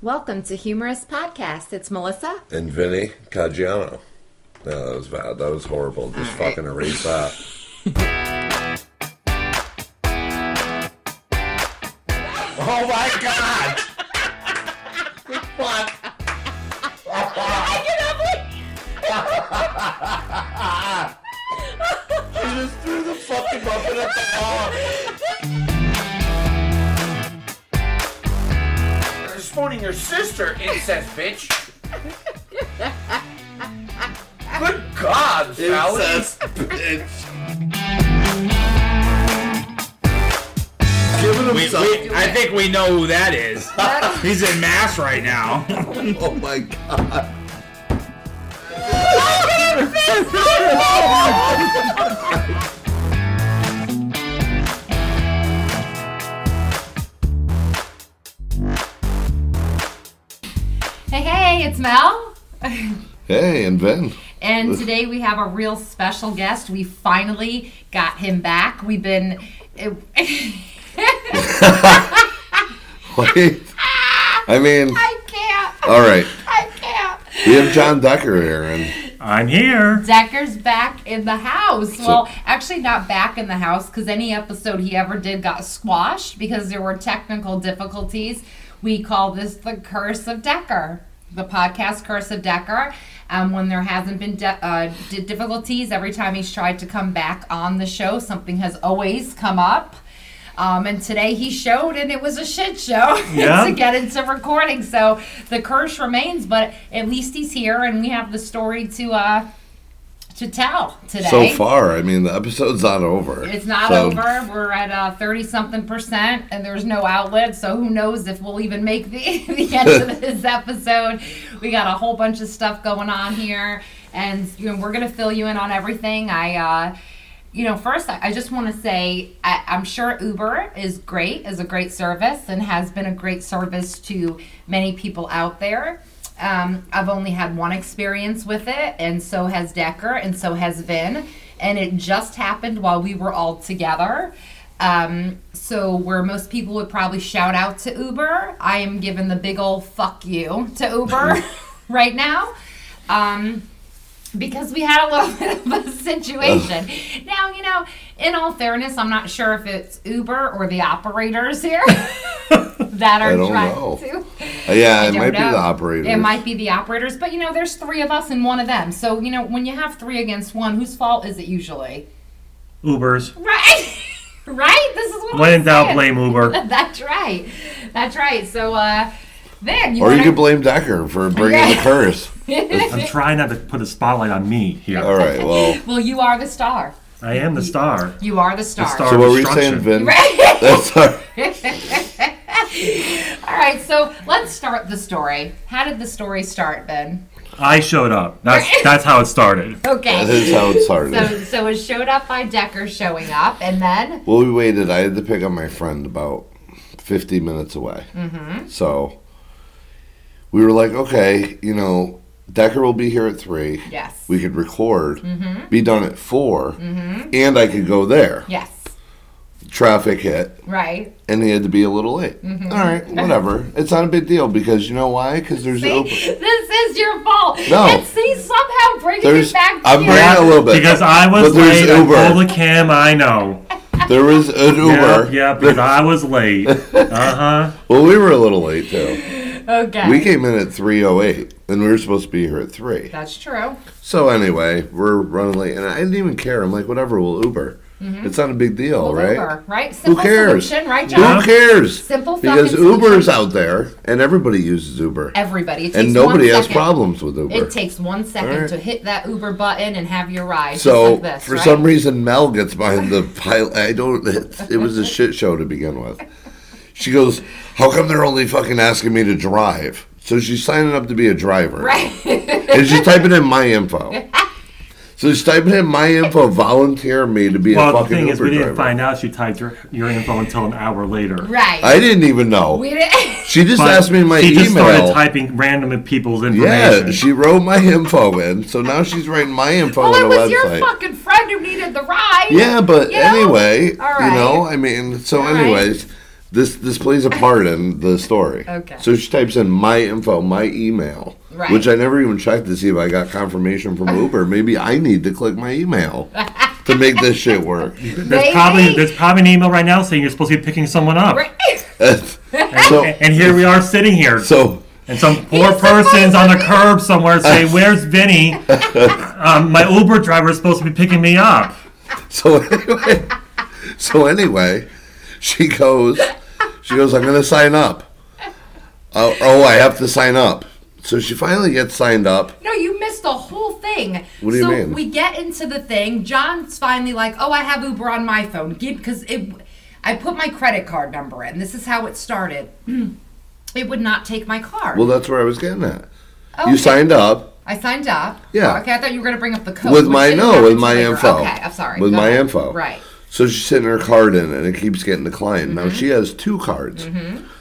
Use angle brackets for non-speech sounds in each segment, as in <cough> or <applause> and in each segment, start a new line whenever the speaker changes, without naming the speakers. Welcome to Humorous Podcast. It's Melissa.
and Vinny Caggiano. No, that was bad. That was horrible. Just
All right.
fucking erase that. oh my god! Fuck! You just threw the fucking muffin at the wall.
this morning your sister incest bitch. Good God, Sally.
Incest, bitch. Giving
We,
himself.
we, I think we know who that is. He's in mass right now.
Oh my god.
Hey, hey, it's Mel.
Hey, and Vin.
And today we have a real special guest. We finally got him back. We've been. <laughs> I
Wait. I mean,
can't.
all right.
I can't.
We have John Decker here, and
I'm here.
Decker's back in the house. Well, actually, not back in the house because any episode he ever did got squashed because there were technical difficulties. We call this the curse of Decker, the podcast curse of Decker. Um, when there hasn't been de- uh, di difficulties, every time he's tried to come back on the show, something has always come up. Um, and today he showed, and it was a shit show <laughs>
Yeah.
to get into recording. So the curse remains, but at least he's here, and we have the story to uh, to tell today.
so far, I mean, the episode's not over.
It's not
So,
over. We're at thirty something percent, and there's no outlet. So who knows if we'll even make the, <laughs> the end
<laughs>
of this episode? We got a whole bunch of stuff going on here, and you know we're gonna fill you in on everything. I, uh, you know, first I, I just want to say I, I'm sure Uber is great, is a great service, and has been a great service to many people out there. Um, I've only had one experience with it, and so has Decker, and so has Vin. And it just happened while we were all together. Um, so, where most people would probably shout out to Uber, I am giving the big old fuck you to
<laughs>
Uber <laughs> right now. Um, because we had a little <laughs> bit of a situation. now, you know, in all fairness, I'm not sure if it's Uber or the operators
<laughs>
here <laughs> that are
don't
trying
know.
to.
Uh, yeah, it
I
might
don't
be the
know.
operator.
It might be the operators, but you know, there's three of us and one of them. So you know, when you have three against one, whose fault is it usually?
Ubers.
Right, <laughs> right. This is what
When
I'm
in doubt,
saying.
<laughs>
blame Uber.
<laughs> That's right. That's right. So uh, then you
Or you
wanna-
could blame Decker for bringing
<laughs>
the
Yeah.
curse.
I'm trying not to put a spotlight on me here.
All right, well.
well, you are the star.
I am the star.
You are the star.
star.
So what were you saying,
Destruction.
Vin? <laughs> That's all right.
All right. So let's start the story. How did the story start, Ben?
I showed up. That's
<laughs>
that's how it started.
Okay.
That is how it started.
so so it showed up by Decker showing up, and then
Well, we waited. I had to pick up my friend about 50 minutes away. Mm-hmm. So we were like, okay, you know, Decker will be here at 3.
yes,
We could record,
Mm-hmm.
be done at 4, and I could go there.
yes,
Traffic hit.
right.
and he had to be a little late.
Mm-hmm.
All right, whatever. It's not a big deal because you know why? Because there's
See, <laughs>
open.
this is your fault.
No.
And see, somehow bringing
There's
it back to
I'm
you.
bringing it a little bit
Because I was
But there's
late. I
Uber.
told the cam I know.
There was an Uber.
Yeah, yeah, because I was
<laughs>
late. Uh huh.
Well, we were a little late too.
okay.
We came in at three oh eight, and we were supposed to be here at three.
That's true.
So anyway, we're running late, and I didn't even care. I'm like, whatever, we'll Uber. It's not a big deal,
Mm-hmm. Well,
right?
Uber, right? Simple
cares?
solution, right, John?
Who cares?
Simple fucking
because
solution.
Uber's out there, and everybody uses Uber,
Everybody. It takes
and nobody
one
has
second.
problems with Uber.
It takes one second
Alright.
to hit that Uber button and have your ride.
So
just like this,
for
right?
some reason, Mel gets behind the pilot. I don't. <laughs> It, it was a shit show to begin with. She goes, "How come they're only fucking asking me to drive?" So she's signing up to be a driver,
<laughs> Right.
and she's typing in my info. So she's typing in my info. Volunteer me to be a
Well, the
fucking
thing
Uber
is, we didn't
driver.
find out she typed your, your info until an hour later.
right.
I didn't even know.
we
<laughs>
didn't.
she just
But
asked me my
she
email.
just started typing random people's information.
yeah, she wrote my info in. So now she's writing my info
Well,
on
it
the
was your
website.
fucking friend who needed the ride.
Yeah, but
You know?
anyway,
All
you know,
right.
I mean, so
All right.
anyways, This
<laughs>
this plays a part in the story.
Okay.
So she types in my info, my email,
Right.
which I never even checked to see if I got confirmation
<laughs>
from Uber. Maybe I need to click my email to make this shit
<laughs>
work. <laughs>
There's
Maybe.
probably there's probably an email right now saying you're supposed to be picking someone up,
so
and here we are sitting here,
so
and some poor person's on the curb somewhere
<laughs>
saying, "Where's Vinny? um, my Uber driver is supposed to be picking me up."
So anyway, <laughs> so anyway, she goes, she goes, I'm going to sign up. Oh oh, I have to sign up. So she finally gets signed up.
<laughs> No, you missed the whole thing.
What do you
so
mean?
we get into the thing. John's finally like, "Oh, I have Uber on my phone. Give because it." I put my credit card number in. This is how it started. <clears throat> it would not take my card.
Well, that's where I was getting at.
Okay.
You signed up
I signed up.
Yeah.
Oh, okay, I thought you were gonna bring up the code
with
which
my
didn't
no,
happen
with
till
my
later.
info.
Okay, I'm sorry.
With
Go
my
ahead.
info.
Right. Mm-hmm.
So she's sitting her card in, and it keeps getting declined. Now she has two cards.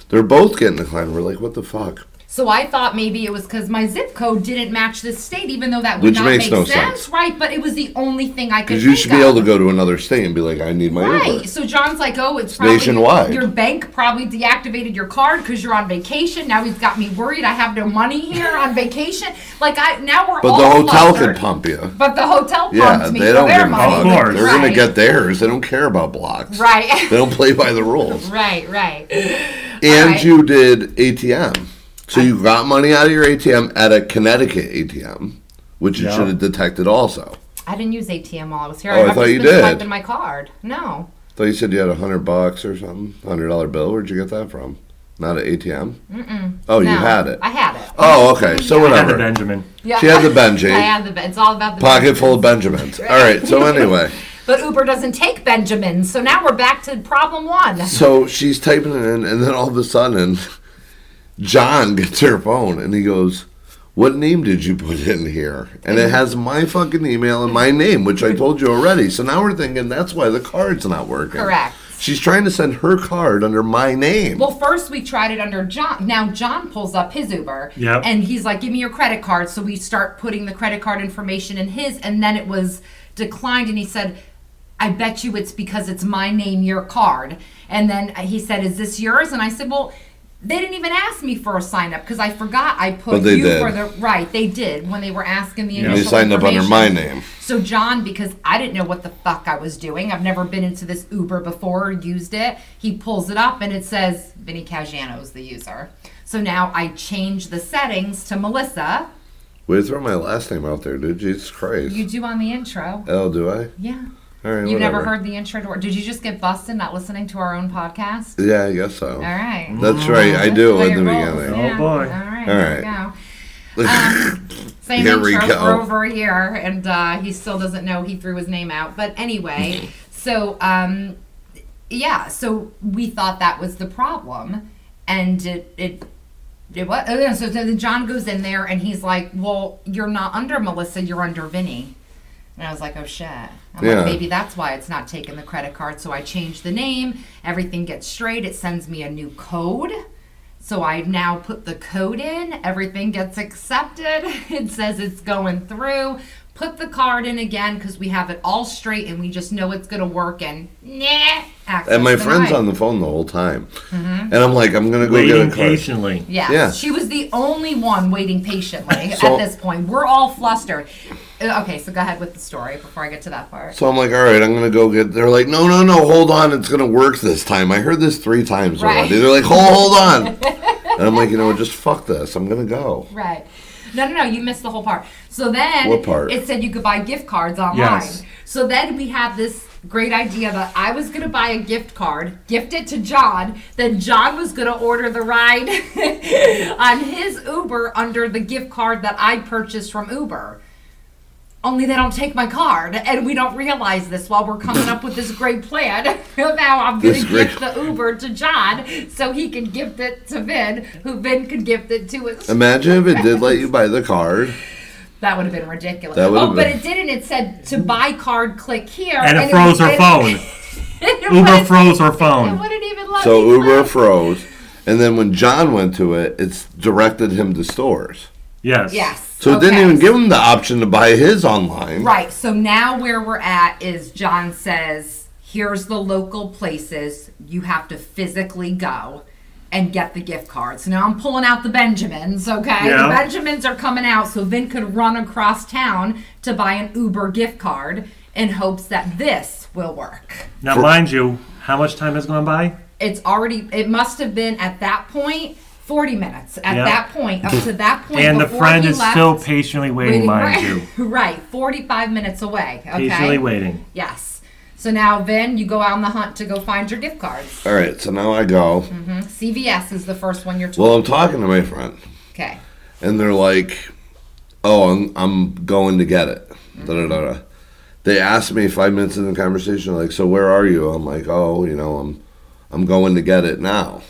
They're both getting declined. We're like, what the fuck?
So I thought maybe it was because my zip code didn't match this state, even though that would
Which
not
makes
make
no
sense,
sense.
right? But it was the only thing I could.
Because you
think
should be
of.
able to go to another state and be like, I need my
Right.
Uber.
So John's like, oh, it's probably
nationwide.
Your bank probably deactivated your card because you're on vacation. Now he's got me worried. I have no money here on vacation. Like I now we're
But
all
the hotel
flustered.
could pump you.
But the hotel pumped
Yeah,
me
they
for
don't
their
give a
money.
fuck.
Of course.
They're going
Right.
to get theirs. They don't care about blocks.
Right. <laughs>
They don't play by the rules.
right. Right.
And
Alright.
you did ATM. So you got money out of your ATM at a Connecticut ATM, which you
Yeah.
should have detected also.
I didn't use ATM while I was here.
Oh, I
remember
thought you
just
did.
Typing my card. No.
Thought you said you had a hundred bucks or something, hundred dollar bill. Where'd you get that from? Not an ATM. Mm-mm. Oh, you
no.
had it.
I had it.
oh, okay. So
Had the
whatever.
Benjamin.
Yeah. <laughs>
She had the Benji.
I had the. It's all about the
Pocket full of Benjamins. All right.
<laughs>
So anyway.
But Uber doesn't take Benjamins, so now we're back to problem one.
So she's typing it in, and then all of a sudden, John gets her phone and he goes, What name did you put in here? And it has my fucking email and my name, which I told you already. So now we're thinking that's why the card's not working.
Correct.
She's trying to send her card under my name.
Well, first we tried it under John. Now John pulls up his Uber,
Yep.
and he's like, "Give me your credit card." So we start putting the credit card information in his, and then it was declined. And he said, "I bet you it's because it's my name, your card." And then he said, "Is this yours?" And I said, "Well." They didn't even ask me for a sign up because I forgot I put
But they
you
did.
for the right. They did when they were asking the initial
they signed up under my
information.
name.
So John, because I didn't know what the fuck I was doing, I've never been into this Uber before, or used it. He pulls it up and it says Vinny Caggiano is the user. So now I change the settings to Melissa.
Way to throw my last name out there, dude. Jesus Christ.
You do on the intro.
oh, do I?
Yeah.
All right.
You never
whatever.
heard the intro to or did you just get busted not listening to our own podcast?
Yeah, I guess so.
All right.
That's right. I
That's
do
way
in the
it rolls. Uh,
beginning.
Yeah.
Oh, boy.
All right.
All
there you
right.
go. Same
Here
intro
we go.
for over a year, and uh, he still doesn't know he threw his name out. But
Mm-hmm.
anyway, so um, yeah, so we thought that was the problem, and it it. It was, oh, yeah, so then John goes in there and he's like, "Well, you're not under Melissa, you're under Vinny." And I was like, "Oh shit!" I'm
Yeah.
like, "Maybe that's why it's not taking the credit card." So I changed the name. Everything gets straight. It sends me a new code. So I now put the code in, everything gets accepted. <laughs> It says it's going through. Put the card in again because we have it all straight and we just know it's going to work. And nah, access
<laughs> And my
denied.
friend's on the phone the whole time.
Mm-hmm.
And I'm like, I'm going to go
Waiting
get a card.
patiently.
Yeah.
Yeah.
She was the only one waiting patiently
So-
at this point. We're all flustered. Uh, Okay, so go ahead with the story before I get to that part.
So I'm like, all right, I'm gonna go get. They're like, no, no, no, hold on, it's gonna work this time. I heard this three times
Right.
already. They're like, hold,
<laughs>
hold on, and I'm like, you know, what, just fuck this. I'm gonna go.
Right. No, no, no. You missed the whole part. So then,
What part?
It said you could buy gift cards online.
Yes.
So then we had this great idea that I was going to buy a gift card, gift it to John. Then John was going to order the ride <laughs> on his Uber under the gift card that I purchased from Uber. Only they don't take my card, and we don't realize this while we're coming up with this great plan <laughs> of how I'm going
This
to
great-
gift the Uber to John so he can gift it to Vin, who Vin could gift it to his
Imagine if it did let you buy the card.
that would have been ridiculous.
That would
oh,
have
but
been-
it didn't. It said to buy card, click here,
And it
it was-
froze her
it-
phone.
<laughs> it
Uber
wouldn't-
froze her
It
phone.
wouldn't even let
So
me
Uber
click.
froze, and then when John went to it, it's directed him to stores.
Yes.
Yes.
So it didn't
okay.
even give him the option to buy his online.
Right. So now where we're at is John says here's the local places you have to physically go and get the gift cards. Now I'm pulling out the Benjamins, okay?
Yeah.
The Benjamins are coming out, so Vin could run across town to buy an Uber gift card in hopes that this will work.
Now, mind you, how much time has gone by?
It's already, it must have been at that point 40 minutes. At
Yeah.
that point, up to that point,
And the
before
friend
he
is
left-
still patiently waiting,
<laughs>
mind you.
right, right, 45 minutes away. Okay.
Patiently waiting.
Yes. So now, Vin, you go out on the hunt to go find your gift cards.
All right, so now I go.
Mm-hmm. CVS is the first one you're
Well,
told.
I'm talking to my friend,
okay.
and they're like, "Oh, I'm, I'm going to get it."
Mm-hmm.
Da, da, da, da. They asked me five minutes in the conversation, like, "So where are you?" I'm like, "Oh, you know, I'm I'm going to get it now,"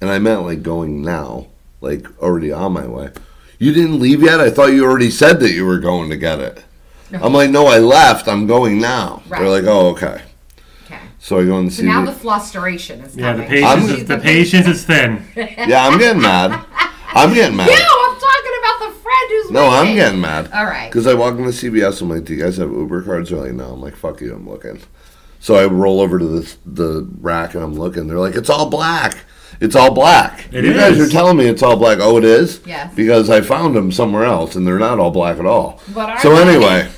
and I meant like going now, like already on my way. You didn't leave yet. I thought you already said that you were going to get it. I'm like, "No, I left. I'm going now." They're
Right.
like, "Oh, okay."
Okay.
So I go and
So
see.
now
the-
the flusteration is
Yeah, the
coming.
patience
I'm-
is the patience is thin.
<laughs>
yeah, I'm getting mad. I'm getting mad.
No, I'm talking about the friend who's
No, I'm
waiting.
getting mad.
All right.
Because I walk into CVS, I'm like, "Do you guys have Uber cards?" They're like, "No." I'm like, "Fuck you, I'm looking." So I roll over to the the rack and I'm looking. They're like, "It's all black. It's all black."
It
you guys
is.
are telling me it's all black. Oh, it is.
Yes.
Because I found them somewhere else, and they're not all black at all.
What are
so
they?
anyway,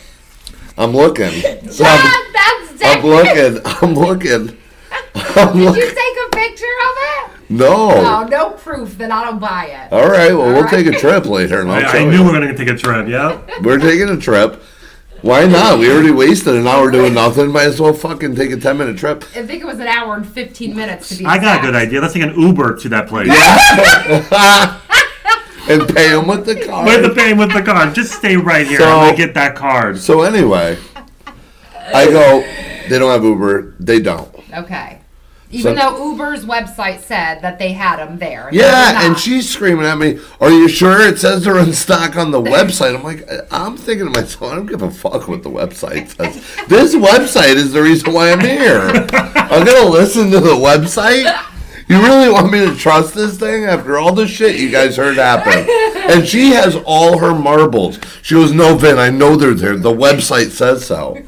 <laughs>
I'm looking. So
John,
I'm,
that's
I'm
different.
looking. I'm looking. I'm
Did you
looking.
take a picture of it?
No.
No, no proof that I don't buy it.
All right. Well, we'll
Oh. right.
take a trip later, and I'll
I,
show
I
you.
knew we were gonna take a trip. Yeah.
We're taking a trip. Why not? We already wasted an hour doing nothing. Might as well fucking take a 10 minute trip.
I think it was an hour and 15 minutes to be
I got a good
exact.
idea. Let's take an Uber to that place.
And pay him with the car.
Where's the pain with the card? Just stay right here. I'm
So-
gonna get that card.
so, anyway, I go, they don't have Uber. They don't.
Okay. Even
So-
though Uber's website said that they had them there. They did
Yeah, and
not.
she's screaming at me, Are you sure it says they're in stock on the website? I'm like, I- I'm thinking to myself, I don't give a fuck what the website says. This website is the reason why I'm here. I'm going to listen to the website? You really want me to trust this thing after all the shit you guys heard happen? And she has all her marbles. She goes, No, Vin, I know they're there. The website says so.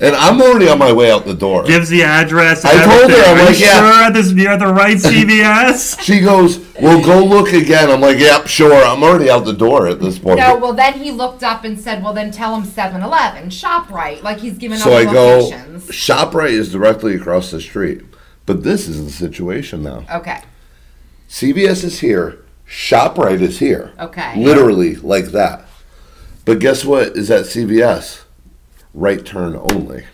And I'm already on my way out the door.
Gives the address. and
I told her,
everything.
I'm
Are you
like, yeah.
sure this you're at
<laughs>
the right CVS?
She goes, Well, go look again. I'm like, Yep, sure. I'm already out the door at this point.
No, well, then he looked up and said, well, then tell him 7 Eleven, ShopRite. Like he's giving
So I
other
go.
locations.
Shoprite is directly across the street, but this is the situation now.
Okay.
CVS is here. Shoprite is here.
Okay.
Literally like that. But guess what is at CVS? Right turn only.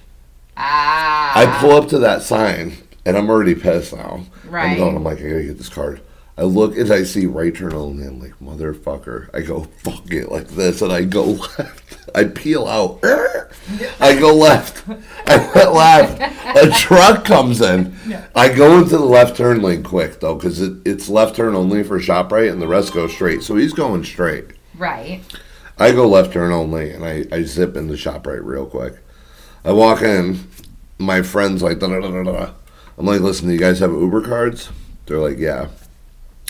Ah.
I pull up to that sign and I'm already pissed now. I'm
Right.
going. I'm like, I gotta get this card. I look and I see right turn only. I'm like, motherfucker. I go fuck it like this, and I go left. I peel out. I go left. I went left. A truck comes in. I go into the left turn lane quick though, because it, it's left turn only for shop right, and the rest go straight. So he's going straight.
Right.
I go left turn only, and I, I zip into ShopRite real quick. I walk in, my friend's like, da da da da da. I'm like, listen, do you guys have Uber cards? They're like, yeah.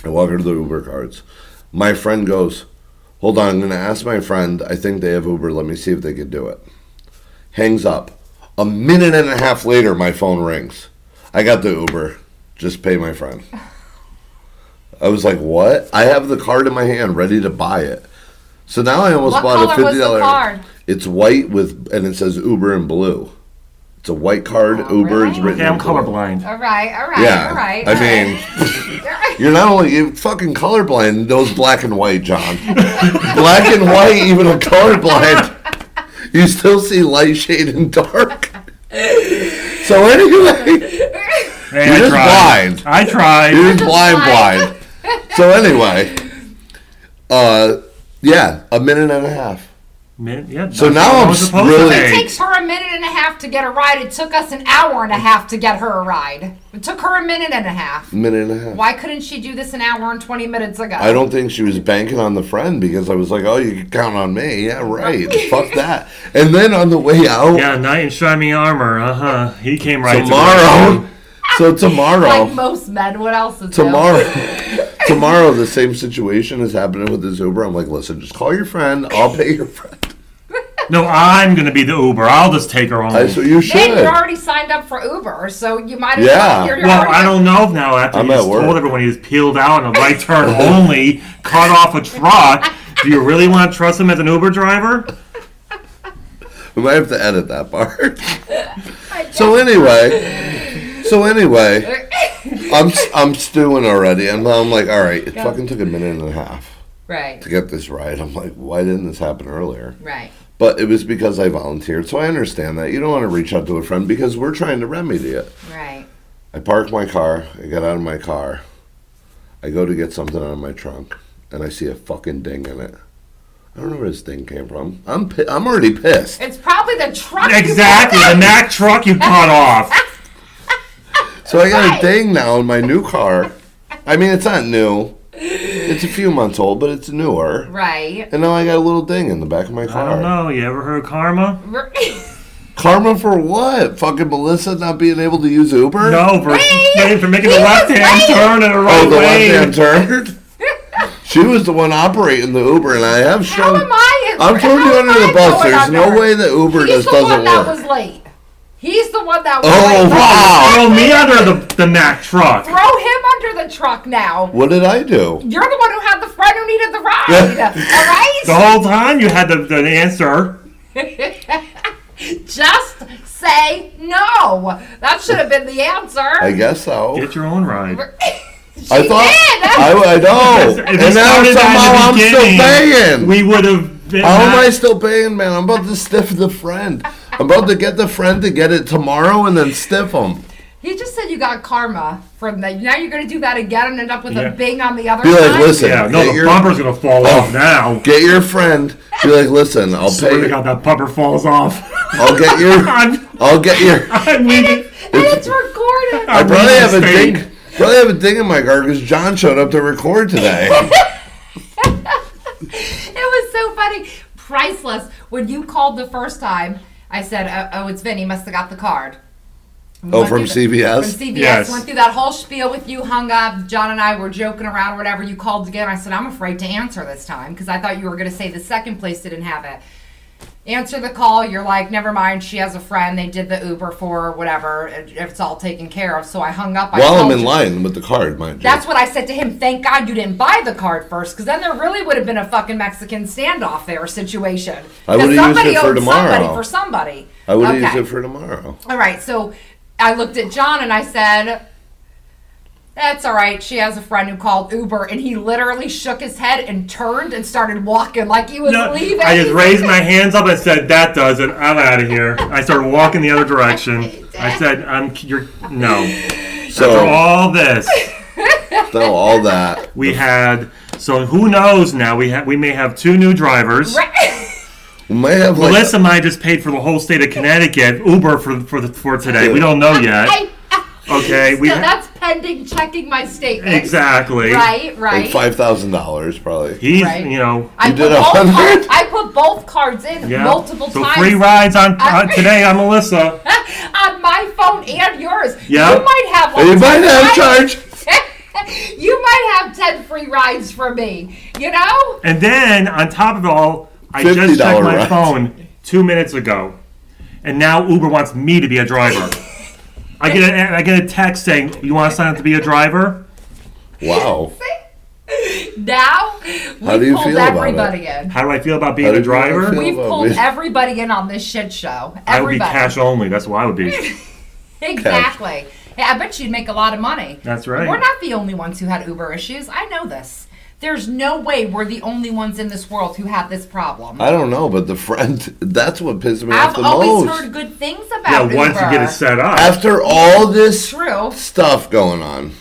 I walk into the Uber cards. My friend goes, hold on, I'm going to ask my friend. I think they have Uber. Let me see if they could do it. Hangs up. A minute and a half later, my phone rings. I got the Uber. Just pay my friend. I was like, what? I have the card in my hand, ready to buy it. So now I almost
What
bought a
color was
fifty
the
dollar
card?
It's white with, and it says Uber in blue. It's a white card. Uber is
Oh, really?
written.
Okay, I'm
in blue.
colorblind.
All right. All right.
Yeah,
All right.
I
all right.
mean,
<laughs>
you're not only you're fucking colorblind. Those black and white, John. black and white, even a colorblind, you still see light shade and dark. So anyway,
Hey,
You're
I
just
tried.
blind.
I tried.
you're blind, blind. So anyway, uh, yeah, a minute and a half.
Man, yeah,
So
that's
now
what I
I'm
was supposed to
really-
take.
it takes her a minute and a half to get a ride. It took us an hour and a half to get her a ride. It took her a minute and a half.
Minute and a half.
Why couldn't she do this an hour and 20 minutes ago?
I don't think she was banking on the friend because I was like, "Oh, you can count on me." Yeah, right. Fuck that. And then on the way out
Yeah, knight in shining armor. Uh huh. He came right
tomorrow, <laughs> so
Like
tomorrow,
most men, what else is
tomorrow, tomorrow, the same situation is happening with this Uber. I'm like, "Listen, just call your friend. <laughs> I'll pay your friend."
No, I'm gonna be the Uber. I'll just take her home.
I, so you
And
should.
you're already signed up for Uber, so you might as
Yeah.
well. You're, you're
Well,
already
I don't know now. After
I'm
you
at
just told
work.
everyone he was peeled out and a
<laughs>
right turn only, cut off a truck. Do you really want to trust him as an Uber driver?
We might have to edit that part. <laughs> so anyway,
<laughs>
so anyway, I'm s- I'm stewing already, and I'm like, all right, it fucking took a minute and a half
<laughs> Right,
to get this right. I'm like, why didn't this happen earlier?
right.
But it was because I volunteered, so I understand that you don't want to reach out to a friend because we're trying to remedy it.
Right.
I park my car. I get out of my car. I go to get something out of my trunk, and I see a fucking ding in it. I don't know where this thing came from. I'm pi- I'm already pissed.
It's probably the truck. you-
Exactly, the Mack truck you cut off.
So I got a ding now in my new car. I mean, it's not new. It's a few months old, but it's newer.
Right. <laughs>
And now I got a little ding in the back of my
I
car.
don't know. You ever heard of karma?
Karma for what? Fucking Melissa not being able to use Uber?
No, for,
Wait,
for making the
he was
left hand
right.
turn and a right
Oh, the left
way.
hand
<laughs>
turn. She was the one operating the Uber, and I have
How
shown.
am I?
I'm throwing you
how am
under
I
the bus.
going
There's
under
no
her?
way that Uber
He's
just
the one
doesn't
that
work.
was late. He's the one that was
Oh
late.
wow!
Throw me under the, the Mack truck.
Throw him under the truck now.
What did I do?
You're the one who had the friend who needed the
<laughs>
ride. All right?
The whole time you had the, the answer.
<laughs> Just say no. That should have been the answer.
I guess so.
Get your own
Oh, <laughs>
ride.
I
did.
thought
<laughs>
I, I know,
If you
Oh, and now
started
somehow
that in
I'm
the
still paying.
beginning, We would have been.
How am I
not-
still paying, man? I'm about to stiff the friend. I'm about to get the friend to get it tomorrow and then stiff him.
You just said you got karma from that. Now you're going to do that again and end up with
Yeah.
a bing on the other
Be like,
side.
listen,
Yeah, no,
get,
the
your, Oh,
bumper's gonna fall off now.
get your friend. Be like, listen, I'll
Swear to
pay.
God, that bumper
<laughs>
falls off. <laughs>
I'll get your.
I'm,
I'll get
<laughs>
your.
I'm leaving.
And it's
<laughs>
recorded.
I probably
reading
have a
Spade.
ding. Probably have a ding in my car because John showed up to record
<laughs>
today.
It was so funny. Priceless. When you called the first time, I said, oh, oh it's Vinny. Must have got the card. We
Oh,
went
from
through the-
CVS?
From CVS.
Yes.
Went through that whole spiel with you, hung up. John and I were joking around or whatever. You called again. I said, I'm afraid to answer this time because I thought you were going to say the second place didn't have it. Answer the call. You're like, never mind. She has a friend. They did the Uber for her, whatever. It- It's all taken care of. So I hung up. I
While I'm
called
in
you.
line with the card, mind you.
That's what I said to him. Thank God you didn't buy the card first, because then there really would have been a fucking Mexican standoff there situation.
I
'Cause
would've used
somebody
it for
owed Somebody
tomorrow.
for somebody.
I would have
Okay.
used it for tomorrow.
All right, so I looked at John and I said, "That's all right." She has a friend who called Uber, and he literally shook his head and turned and started walking like he was
No,
leaving.
I just raised
<laughs>
my hands up and said, "That does it. I'm out of here." I started walking the other direction. I said, "I'm you're no." After
So,
all this,
so all that.
we had so who knows now? We ha- we may have two new drivers.
We might have like
Melissa and I just paid for the whole state of Connecticut Uber for for the, for today. We don't
<laughs>
know yet.
I,
Okay, we
so
ha-
that's pending checking my statement.
exactly.
Right, right.
like five thousand dollars probably.
He's
Right.
you know
I
You
put
did a
both
hundred?
cards. I put both cards in
yeah.
multiple
so
times
free rides on
I-
uh, today on Melissa.
on my phone and yours.
Yeah.
You might have like
You
10
might have
rides. <laughs>
charge.
you might have ten free rides for me. You know?
And then on top of it all, I just checked
$50
my
rides.
phone two minutes ago, and now Uber wants me to be a driver. I get a, I get a text saying, "You want to sign up to be a driver?"
Wow.
Now we
How do you
pulled
feel about
everybody in.
How do I feel about being
do
a
you
driver?
feel?
We've
about
pulled
it?
everybody in on this shit show. Everybody.
I would be cash only. That's what I would be.
<laughs> Exactly. Hey, I bet you'd make a lot of money.
That's right.
We're not the only ones who had Uber issues. I know this. There's no way we're the only ones in this world who have this problem.
I don't know, but the friend <laughs> that's what pissed me off
I've
the
always
most.
heard good things
yeah,
about
once you
Uber.
get it set up.
After all this
True.
stuff going on,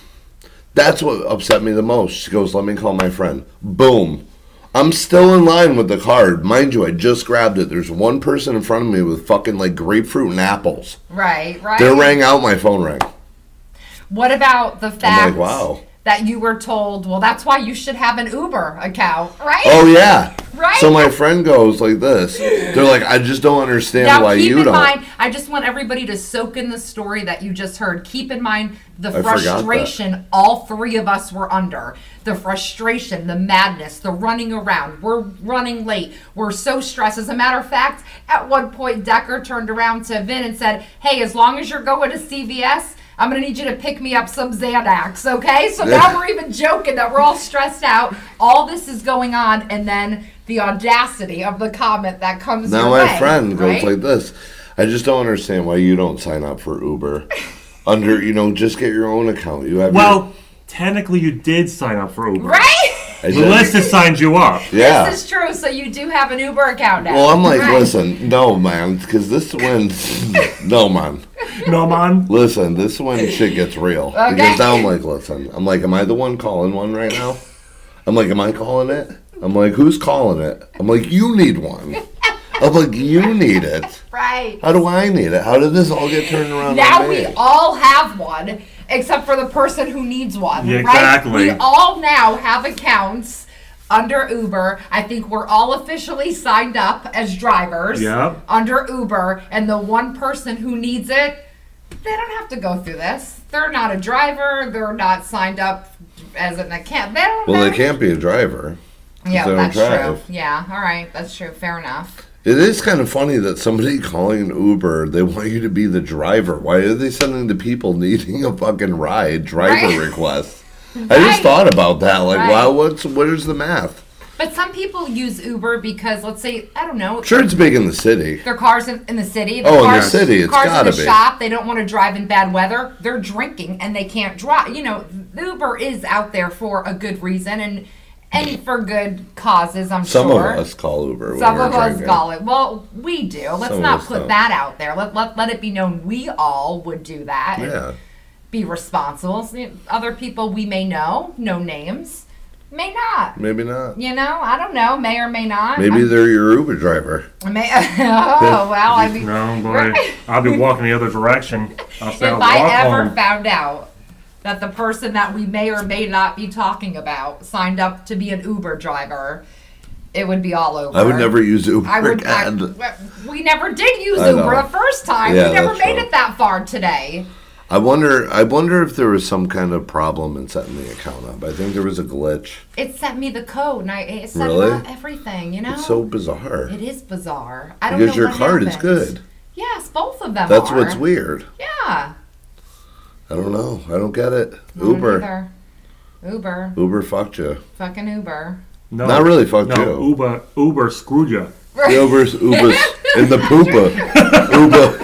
that's what upset me the most. She goes, Let me call my friend. Boom. I'm still in line with the card. Mind you, I just grabbed it. There's one person in front of me with fucking like grapefruit and apples.
Right, right.
They rang out my phone rang.
What about the fact
I'm like, wow.
that you were told, well, that's why you should have an Uber account, right?
Oh yeah.
Right?
So my friend goes like this. They're like, I just don't understand
Now
why
keep
you
in
don't.
mind, I just want everybody to soak in the story that you just heard. Keep in mind the
forgot that.
frustration all three of us were under. The frustration, the madness, the running around. We're running late. We're so stressed. As a matter of fact, at one point Decker turned around to Vin and said, Hey, as long as you're going to CVS, I'm gonna need you to pick me up some Xanax, okay?
<laughs>
So now we're even joking that we're all stressed out. All this is going on, and then the audacity of the comment that comes.
Now
your
my
way,
friend goes
right?
like this. I just don't understand why you don't sign up for
<laughs>
Uber. Under you know, just get your own account. You have your-
Well, technically, you did sign up for Uber.
Right? <laughs>
I did.
Melissa signed you up.
Yeah.
This is true. So you do have an Uber account now.
well, I'm like,
Right.
listen, no, man, because
<laughs>
this wins. no, man,
No, man.
listen, this one shit gets real.
Okay.
Because now I'm like, listen, I'm like, am I the one calling one right now? I'm like, am I calling it? I'm like, who's calling it? I'm like, you need one. I'm like, you need it.
Right.
How do I need it? How did this all get turned around?
Now
on
we
me?
all have one, except for the person who needs one.
Yeah,
right?
exactly.
We all now have accounts under Uber. I think we're all officially signed up as drivers
Yep.
under Uber, and the one person who needs it, they don't have to go through this. They're not a driver. They're not signed up as an account. They don't.
well,
have-
they can't be a driver.
Yeah,
they don't
that's
drive.
true. Yeah. All right. That's true. Fair enough.
It is kind of funny that somebody <laughs> calling an Uber, they want you to be the driver. Why are they sending the people <laughs> needing a fucking ride driver
Right.
requests? I just
Right.
thought about that. Like,
Right.
wow, what's where's the math?
But some people use Uber because, let's say, I don't know,
Sure, it's big in the city.
their cars in, in the city. Their
Oh, in the
cars,
city, it's
cars
gotta
in the
be.
shop. They don't want to drive in bad weather. They're drinking and they can't drive. You know, Uber is out there for a good reason and and for good causes. I'm
Some
sure.
of us call Uber. When
Some
we're
of us
drinking.
call it. Well, we do. Let's
Some of
not
us
put
don't.
that out there. Let, let let it be known we all would do that. and
Yeah.
Be responsible. See, Other people we may know, no names, may not.
Maybe not.
You know, I don't know. May or may not.
Mm. Maybe they're your Uber driver.
I may, <laughs> oh well, I mean,
No, boy. I'll be walking the other direction. I'll say,
if
I'll
I
walk
ever
home.
found out that the person that we may or may not be talking about signed up to be an Uber driver, it would be all over.
I would never use Uber
I would. I-
again.
we never did use
I know.
Uber the first time.
Yeah,
we never
that's
made
true.
it that far today.
I wonder. I wonder if there was some kind of problem in setting the account up. I think there was a glitch.
It sent me the code, and I it sent
Really?
out everything. You know,
It's so bizarre.
It is bizarre. I don't
Because
know
your
what
card is
happened.
good.
Yes, both of them.
That's
are.
what's weird.
Yeah.
I don't know. I don't get it.
I don't
Uber.
either. Uber.
Uber fucked you.
Fucking Uber.
No,
Not really fucked
no,
you.
Uber, Uber screwed you.
Uber's Uber's
<laughs>
in the poopa. Uber.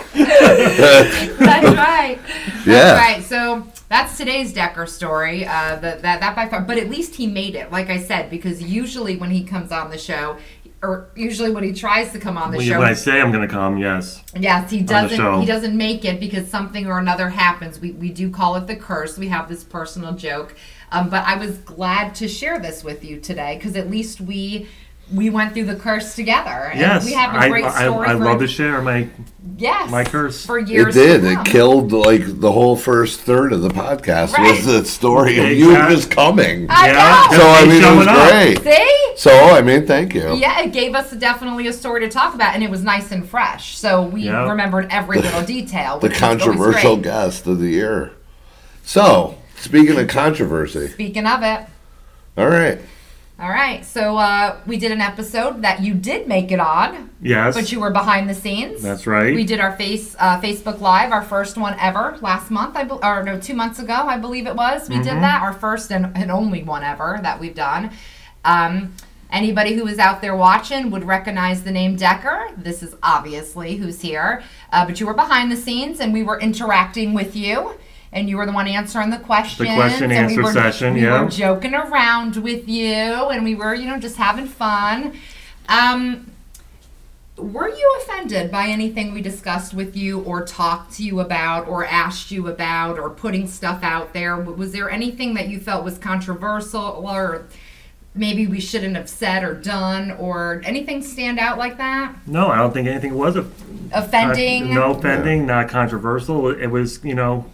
That's
<laughs>
right. That's
Yeah.
right. So that's today's Decker story. Uh, that that that by far, but at least he made it. Like I said, because usually when he comes on the show, or usually when he tries to come on the
When, you,
show,
when I say I'm going to come, yes.
yes, he
the show.
doesn't. He doesn't make it because something or another happens. We we do call it the curse. We have this personal joke. Um, but I was glad to share this with you today because at least we. We went through the curse together. And
Yes.
we have
I-
a great
I,
story.
I, I
for,
love to share my.
yes,
my curse.
for
It
years.
did.
to
It
come.
killed like the whole first third of the podcast
Right.
was the story of you
Exact-
just coming.
I
Yeah.
know.
so I mean it was
Showing up.
great.
See,
So I mean thank you.
Yeah, it gave us definitely a story to talk about, and it was nice and fresh. So we
Yeah.
remembered every little detail.
The
which was always
controversial
great.
guest of the year. So speaking of controversy,
Speaking of it,
all right.
all right. So uh, we did an episode that you did make it on,
Yes.
but you were behind the scenes.
That's right.
We did our face uh, Facebook Live, our first one ever, last month, I be- or no, two months ago, I believe it was. We
Mm-hmm.
did that, our first and, and only one ever that we've done. Um, anybody who was out there watching would recognize the name Decker. This is obviously who's here, uh, but you were behind the scenes and we were interacting with you. And you were the one answering the questions. and
answer
we were,
session,
we
yeah.
were joking around with you, and we were, you know, just having fun. Um, were you offended by anything we discussed with you or talked to you about or asked you about or putting stuff out there? W- Was there anything that you felt was controversial or maybe we shouldn't have said or done or anything stand out like that?
no, I don't think anything was a
Offending?
Uh, no offending, not controversial. It was, you know,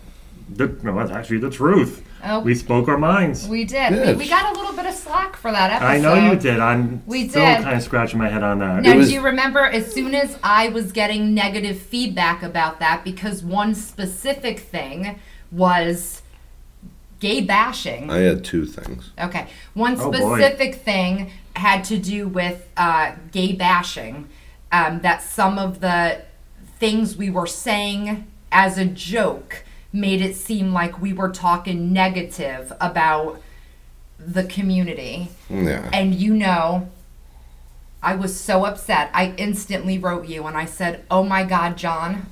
the, no, that's actually the truth.
Oh.
We spoke our minds.
We did.
Yes.
We, we got a little bit of slack for that episode.
I know you did. I'm
We
still
did.
kind of scratching my head on that.
Now,
It was-
do you remember as soon as I was getting negative feedback about that because one specific thing was gay bashing?
I had two things.
Okay. One
Oh, boy.
specific thing had to do with uh, gay bashing. Um, that some of the things we were saying as a joke made it seem like we were talking negative about the community.
Yeah.
And you know, I was so upset. I instantly wrote you and I said, Oh my God, John,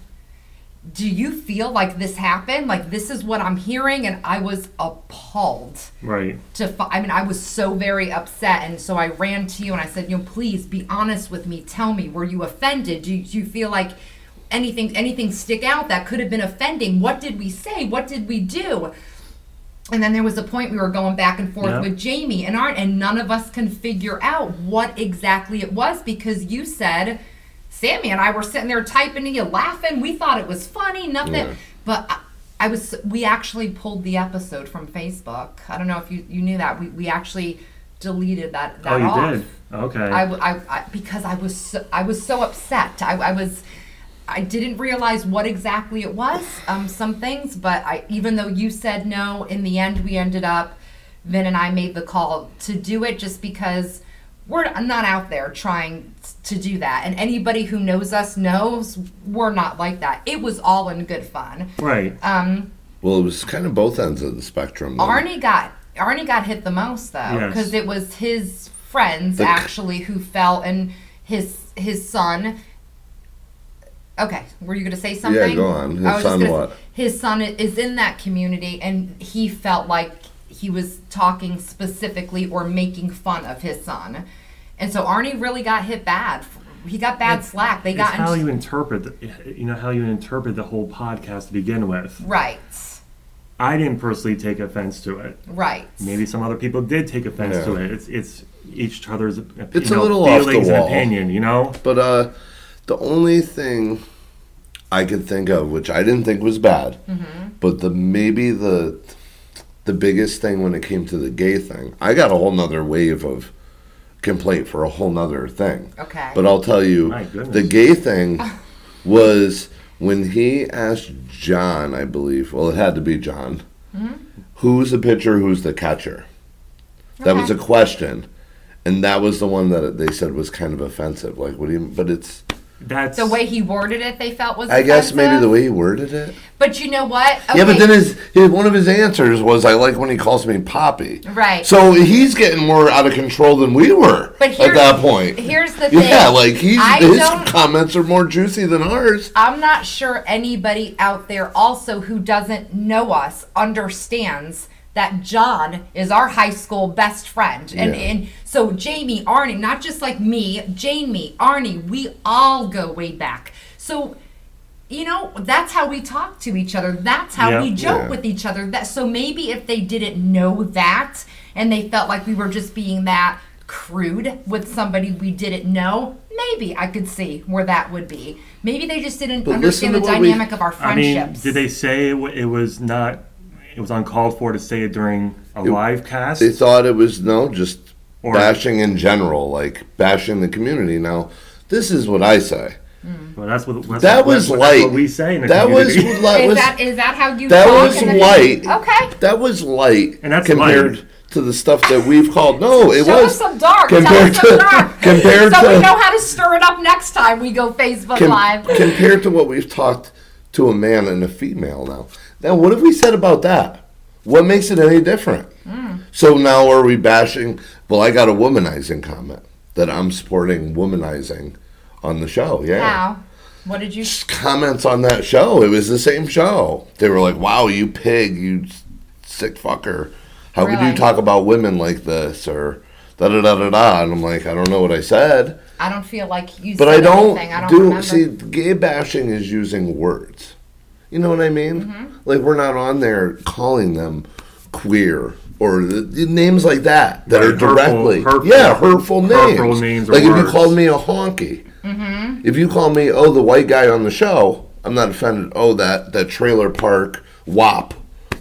do you feel like this happened? Like, this is what I'm hearing. And I was appalled
Right.
to fi- I mean I was so very upset and so I ran to you and I said, "You know, please be honest with me. Tell me, were you offended? Do, do you feel like anything anything stick out that could have been offending? What did we say? What did we do?" And then there was a point we were going back and forth
Yeah.
with Jamie and Art and none of us can figure out what exactly it was because you said Sammy and I were sitting there typing and you laughing. We thought it was funny, nothing.
Yeah.
But I, I was we actually pulled the episode from Facebook. I don't know if you, you knew that. We, we actually deleted that, that
Oh, you
off.
did. Okay.
I, w- I- I- because I was so, I was so upset. I, I was I didn't realize what exactly it was. Um, some things, but I even though you said no, in the end we ended up. Vin and I made the call to do it just because we're not out there trying to do that. And anybody who knows us knows we're not like that. It was all in good fun.
right.
Um,
Well, it was kind of both ends of the spectrum. though.
Arnie got Arnie got hit the most though
Yes.
because it was his friends
The c-
actually who fell and his his son. Okay, were you gonna say something?
go on. His
I was just
son
gonna-
what?
His son i- is in that community, and he felt like he was talking specifically or making fun of his son, and so Arnie really got hit bad. He got bad slack. They
It's
got
how
into-
you interpret, the, you know, how you interpret the whole podcast to begin with.
right,
I didn't personally take offense to it.
right.
Maybe some other people did take offense
Yeah.
to it. It's it's each other's op-
It's
you
a
know,
little off the
feelings
wall.
and opinion. You know,
But uh, the only thing I could think of, which I didn't think was bad,
Mm-hmm.
but the maybe the the biggest thing when it came to the gay thing, I got a whole nother wave of complaint for a whole nother thing.
Okay.
But I'll tell you,
My goodness.
the gay thing was when he asked John, I believe. Well, it had to be John.
Hmm?
Who's the pitcher? Who's the catcher? That was a
Okay.
question, and that was the one that they said was kind of offensive. Like, what do you? But it's.
that's
The way he worded it, they felt was.
I guess maybe the
offensive.
way he worded it.
But you know what?
Yeah, but
Okay.
then his, his one of his answers was, "I like when he calls me Poppy."
Right.
So he's getting more out of control than we were
But
at
here-
that point.
here's the
Yeah,
thing.
like he's,
I
his
don't-
comments are more juicy than ours.
I'm not sure anybody out there also who doesn't know us understands that John is our high school best friend. And,
Yeah.
and so Jamie, Arnie, not just like me, Jamie, Arnie, we all go way back. So, you know, that's how we talk to each other. That's how
Yeah.
we joke
Yeah.
with each other. That so maybe if they didn't know that and they felt like we were just being that crude with somebody we didn't know, maybe I could see where that would be. Maybe they just didn't
But
understand
listen to
the
what we-
dynamic of our
I mean,
friendships.
did they say it, wa- it was not? It was uncalled for to say it during a live cast.
They thought it was no, just
Or-
bashing in general, like bashing the community. Now, this is what I say.
Well, that's what that's
That
what-
was
that's
light.
What we say in a
that was
community.
<laughs>
that
is
was
that is that how you
that
talk
was
in the-
light.
Okay.
That was light
And that's
compared
light.
to the stuff that we've called. No, it
Show
was
us some dark. Tell
compared
us some
to
dark.
<laughs> compared
so
to
we know how to stir it up next time we go Facebook
com-
Live.
compared to what we've talked to a man and a female now. Now, what have we said about that? What makes it any different?
Hmm.
So now are we bashing? Well, I got a womanizing comment that I'm supporting womanizing on the show. Yeah.
How? What did you
comments on that show. It was the same show. They were like, "Wow, you pig, you s- sick fucker! How could
Really?
you talk about women like this?" Or da da da da da. And I'm like, I don't know what I said,
I don't feel like you
but
said
I don't,
anything. I don't
do.
remember.
See, gay bashing is using words. You know what I mean?
Mm-hmm.
Like we're not on there calling them queer. Or the, the names like that that
Right,
are
hurtful-
directly
hurtful-
yeah hurtful names.
hurtful names or
like if you
words.
called me a honky,
Mm-hmm.
if you call me, oh, the white guy on the show, I'm not offended. Oh, that that trailer park wop.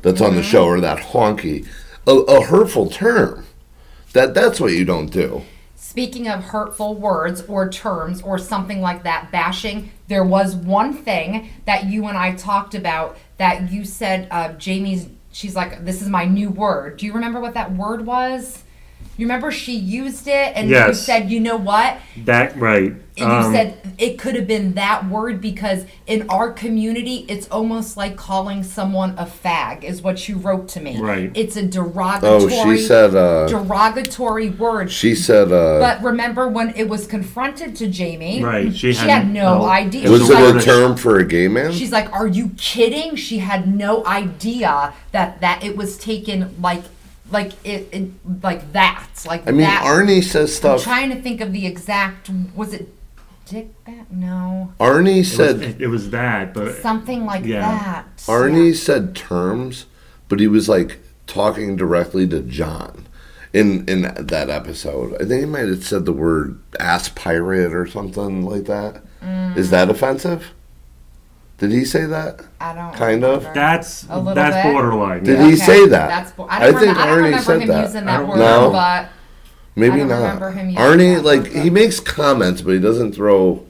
that's on the
Mm-hmm.
show or that honky, a, a hurtful term. That that's what you don't do.
Speaking of hurtful words or terms or something like that, bashing, there was one thing that you and I talked about that you said, uh, Jamie's, she's like, this is my new word. Do you remember what that word was? You remember she used it and you
Yes.
said, you know what?
<laughs> That right.
And
Um,
you said it could have been that word because in our community, it's almost like calling someone a fag, is what you wrote to me.
Right.
It's a derogatory,
Oh, she said. Uh,
derogatory word.
she said. Uh,
But remember when it was confronted to Jamie?
Right, she
She, had
hadn't-
no
no.
idea.
It
was
she's,
it
like,
a term for a gay man?
she's like, "Are you kidding?" She had no idea that that it was taken like, like it, it like that, like
I mean,
that.
Arnie says
I'm
stuff.
trying to think of the exact. Was it dick bat? No,
Arnie
it was-
said.
it, it was that, but
something like
Yeah.
that.
Arnie said terms, but he was like talking directly to John in in that episode. I think he might have said the word ass pirate or something like that.
Mm.
Is that offensive? Did he say that?
I don't.
Kind of.
remember.
that's
A little
that's
bit.
borderline.
Did
yeah.
he say that?
That's. bo- I, don't
I
remember,
think
I don't
Arnie
remember
said
him
that.
using
I
that
don't
word,
know.
but I
Maybe
don't
not.
remember him using
Arnie
that
like
word,
he
but-
makes comments, but he doesn't throw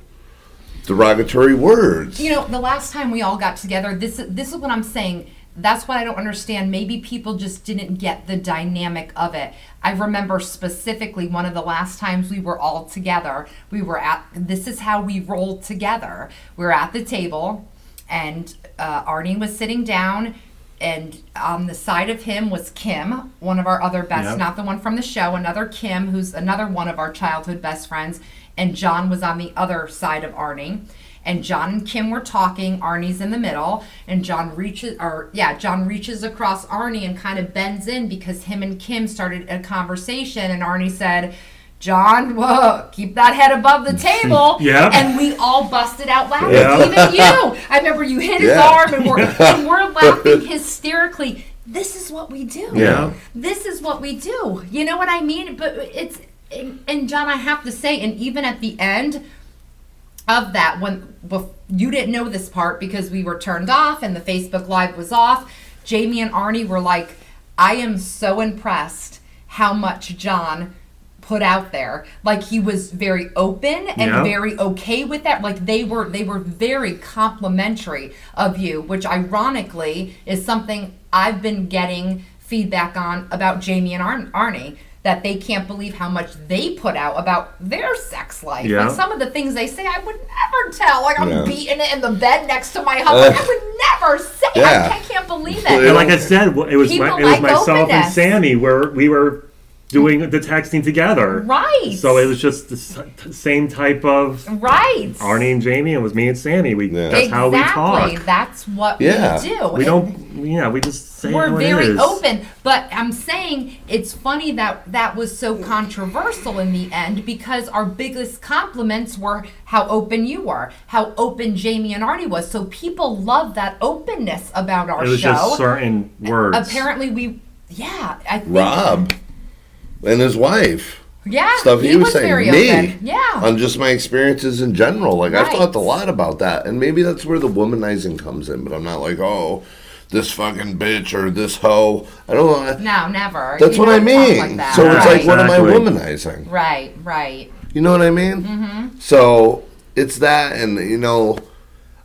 derogatory words.
You know, the last time we all got together, this this is what I'm saying. That's what I don't understand. Maybe people just didn't get the dynamic of it. I remember specifically one of the last times we were all together. We were at this is how we rolled together. We were at the table, and uh, Arnie was sitting down, and on the side of him was Kim, one of our other best,
Yep.
not the one from the show, another Kim, who's another one of our childhood best friends, and John was on the other side of Arnie. And John and Kim were talking. Arnie's in the middle, and John reaches, or yeah, John reaches across Arnie and kind of bends in because him and Kim started a conversation, and Arnie said, "John, whoa, keep that head above
<laughs>
the table."
Yep.
And we all busted out laughing.
Yeah.
Even you. I remember you hit his
Yeah.
arm, and we're and
<laughs>
we're laughing hysterically. This is what we do
Yeah.
this is what we do. You know what I mean? But it's and and John, I have to say, and even at the end of that, when bef- you didn't know this part because we were turned off and the Facebook Live was off, Jamie and Arnie were like, "I am so impressed how much John." put out there like he was very open and
Yeah.
very okay with that like they were they were very complimentary of you which ironically is something i've been getting feedback on about jamie and Arn- arnie that they can't believe how much they put out about their sex life
Yeah.
like some of the things they say i would never tell like i'm
Yeah.
beating it in the bed next to my husband
Ugh.
i would never say
Yeah.
I, I can't
<laughs>
believe
And
it
like I said, w- it was
People
my, it was
like
myself and
openness.
Sammy where we were doing the texting together.
right
So it was just the s- t- same type of
right
Arnie and Jamie. It was me and Sammy. We
Yeah.
that's how we
Exactly.
talk.
That's what
Yeah.
we do.
We
And-
don't. Yeah, we just say
we're
how it
very
is.
open but i'm saying it's funny that that was so controversial in the end because our biggest compliments were how open you were how open jamie and artie was so people love that openness about our
It was
show
just certain words.
apparently we yeah i think
Rob and his wife.
yeah
stuff he, was,
very
saying me
open yeah
on just my experiences in general like i've
Right.
thought a lot about that and maybe that's where the womanizing comes in but i'm not like oh this fucking bitch or this hoe i don't know I-
no never
that's
You
what i
don't talk
mean
like that.
so it's
right.
like what am i
Exactly.
womanizing
right right
you know what i mean mm-hmm. so it's that and you know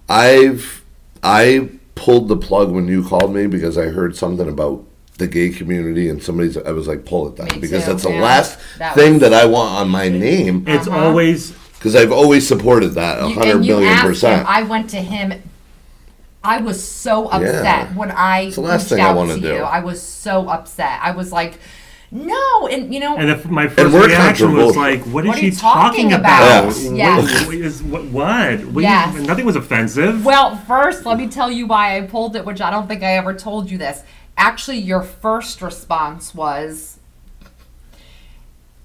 i've i pulled the plug when you called me because i heard something about the gay community and somebody's i was like pull it down
Me
because
too,
that's the
yeah.
last
That
thing
was-
that i want on my name
It's
Uh-huh.
always
because I've always supported that a
You-
hundred
and you
million
asked
percent.
Him, I went to him. I was so upset
Yeah.
when I
the last
reached
thing I
out
wanna
to
do.
you. I was so upset. I was like, no, and you know,
and if my first
we're
reaction was
controversial.
like, "What is
What are
she
you talking
talking
about?
about?
Yes.
What- what is- what? What? What do you-
Yes.
Nothing was offensive.
well, first let me tell you why I pulled it, which I don't think I ever told you this. Actually, your first response was,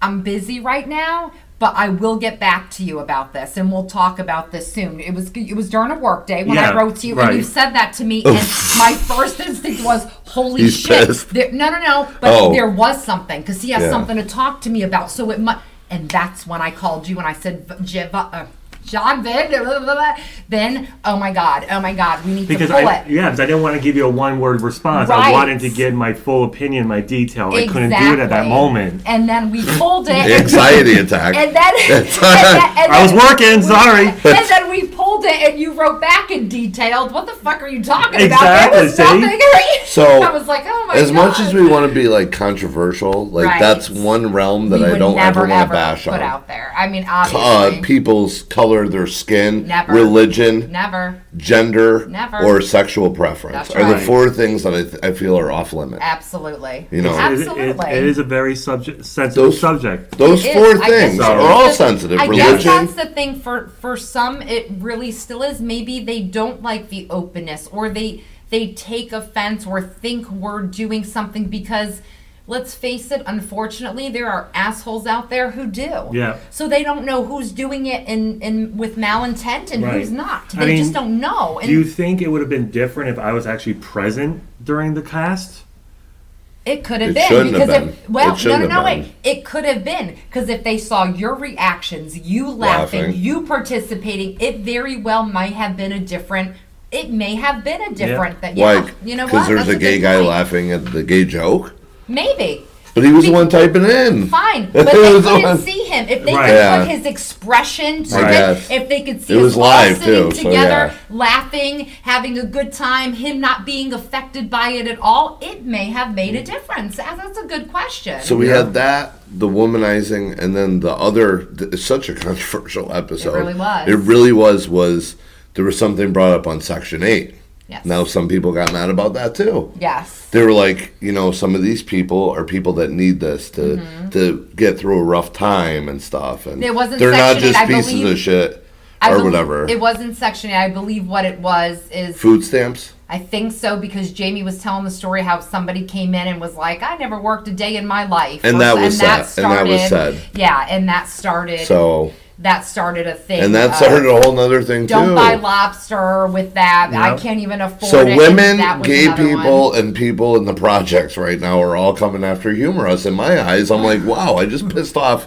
I'm busy right now, but I will get back to you about this, and we'll talk about this soon. It was it was during a work day when
Yeah,
I wrote to you, and you
right.
said that to me, and my first instinct was, "Holy
He's
shit!"
pissed.
There- no, no, no, but
Oh.
there was something because he has
Yeah.
something to talk to me about. So it must, and that's when I called you and I said, "V- Jiv, uh, John Vin, blah, blah, blah, blah. then oh my god, oh my god, we need
Because
to pull
I
it.
yeah, because I didn't want to give you a one word response. I
Right.
wanted to give my full opinion, my detail. I couldn't do it at that
Exactly.
moment.
And then we pulled it. and-
Anxiety attack.
<laughs> And
<laughs>
then, and then- and
I was
then-
working, sorry.
And then we pulled it, and you wrote back in detailed. What the fuck are you talking about?
Exactly,
There was
see?
nothing. <laughs>
So,
I was like, oh my
as much
God.
as we want to be like controversial, like
Right.
that's one realm that
We
I
would
don't
never,
ever want
ever
to bash
put
on.
out there. I mean,
Uh,
obviously,
people's color, their skin,
Never.
religion,
never,
gender,
Never.
or sexual preference
That's
are the
right.
four things that I, th- I feel are off limit.
absolutely,
You know, it- it-
It-
absolutely.
it- it is a very subject, sensitive
Those-
subject.
Those
It
four
is. I guess
things
that's
are
the-
all sensitive.
I guess
religion,
that's the thing for for some. It really still is. Maybe they don't like the openness, or they they take offense, or think we're doing something because. Let's face it, unfortunately, there are assholes out there who do.
Yeah.
So they don't know who's doing it in, in with malintent and
Right.
who's not. They
I mean,
just don't know. And
Do you think it would have been different if I was actually present during the cast?
It could have
It
been
shouldn't have
because
been.
if well,
It
no,
shouldn't
no, no,
have
wait. It could have been because if they saw your reactions, you laughing,
Laughing.
you participating, it very well might have been a different. It may have been a different thing. Yeah,
like,
you know,
because
what?
there's
That's
a gay
good
guy
point.
laughing at the gay joke, <laughs>
Maybe
but he was the
Be-
one typing in. <laughs>
fine, but they
It was
couldn't
on-
see him. If they
Right.
could
Yeah.
put his expression to
Right.
it,
Yes.
if they could see
It
us
was
all
live,
sitting
too, so
together,
yeah.
laughing, having a good time, him not being affected by it at all, it may have made a difference. Ah, That's a good question.
So we had that, the womanizing, and then the other. th- It's such a <laughs> controversial episode.
really was.
It really was. Was there was something brought up on Section Eight?
Yes.
Now some people got mad about that too.
Yes.
They were like, you know, some of these people are people that need this to to get through a rough time and stuff,
Mm-hmm.
and
It wasn't
they're not
Section 8,
just
I
pieces
believe-
of shit
I
or
believe-
whatever.
It wasn't Section 8. I believe what it was is,
Food stamps.
I think so, because Jamie was telling the story how somebody came in and was like, I never worked a day in my life.
And
Or
that
so-
was said. And that was
started-
said.
Yeah, and that started.
So
that started a thing.
and that
of,
started a whole other thing
Uh, Don't
too.
buy lobster with that. I
Yeah.
can't even afford
So
it. and
women,
that was
gay
another one.
people, and people in the projects right now are all coming after humorous. In my eyes, I'm like, wow, I just pissed off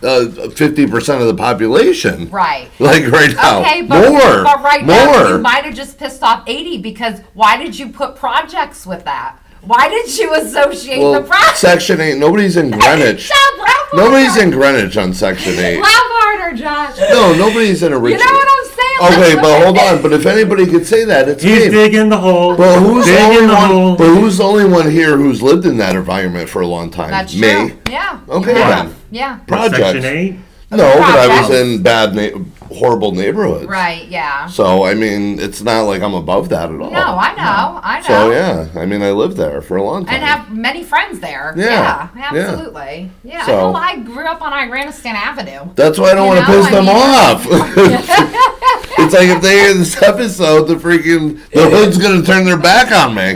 uh, fifty percent of the population.
Right.
<laughs> Like right now,
Okay, but,
more,
but right now you
more.
might have just pissed off 80 because why did you put projects with that? Why did you associate the
well,
project?
Section Eight.
<laughs>
Nobody's in Greenwich.
Stop, laugh
Nobody's
harder.
in Greenwich on Section Eight.
Laugh harder, Josh.
No, nobody's in a
You know what I'm saying? Let's
Okay, but
look
hold
at
on. But if anybody could say that, it's
He's
me.
digging the hole.
But who's the
digging
only
the hole.
one? But who's the only one here who's lived in that environment for a long time?
That's
me.
true. Yeah.
Okay,
Yeah.
then.
Yeah.
Projects.
Section eight.
No, but I was
Projects.
in bad, na- horrible neighborhoods.
Right. Yeah.
So I mean, it's not like I'm above that at all.
No, I know. I know.
So yeah, I mean, I lived there for a long time.
And have many friends there.
Yeah,
Yeah.
yeah.
absolutely. Yeah.
So-
Well, I grew up on Iranistan Avenue. <laughs>
That's why I don't
You
want to
know,
piss
I
them
mean- <laughs>
off. it's like if they hear this episode, the freaking the hood's gonna turn their back
<laughs>
on me.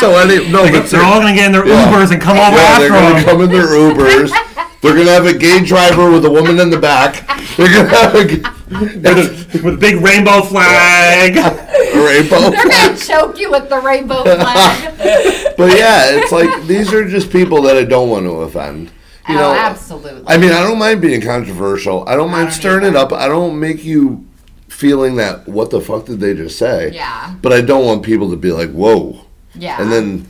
so I didn't. No, but
They're all gonna get in their
Yeah.
Ubers and come
<laughs>
over
Yeah, they're
after
gonna
him.
come in their Ubers. They're gonna have a gay driver with a woman in the back. They're gonna have a g- <laughs>
with, a, with a big rainbow flag.
rainbow.
They're gonna choke you with the rainbow flag.
But yeah, it's like these are just people that I don't want to offend. <laughs> You
oh,
know,
absolutely.
I mean, I don't mind being controversial. I don't mind
don't
stirring
either.
it up. I don't make you feeling that what the fuck did they just say?
Yeah.
But I don't want people to be like, "Whoa,"
yeah.
and then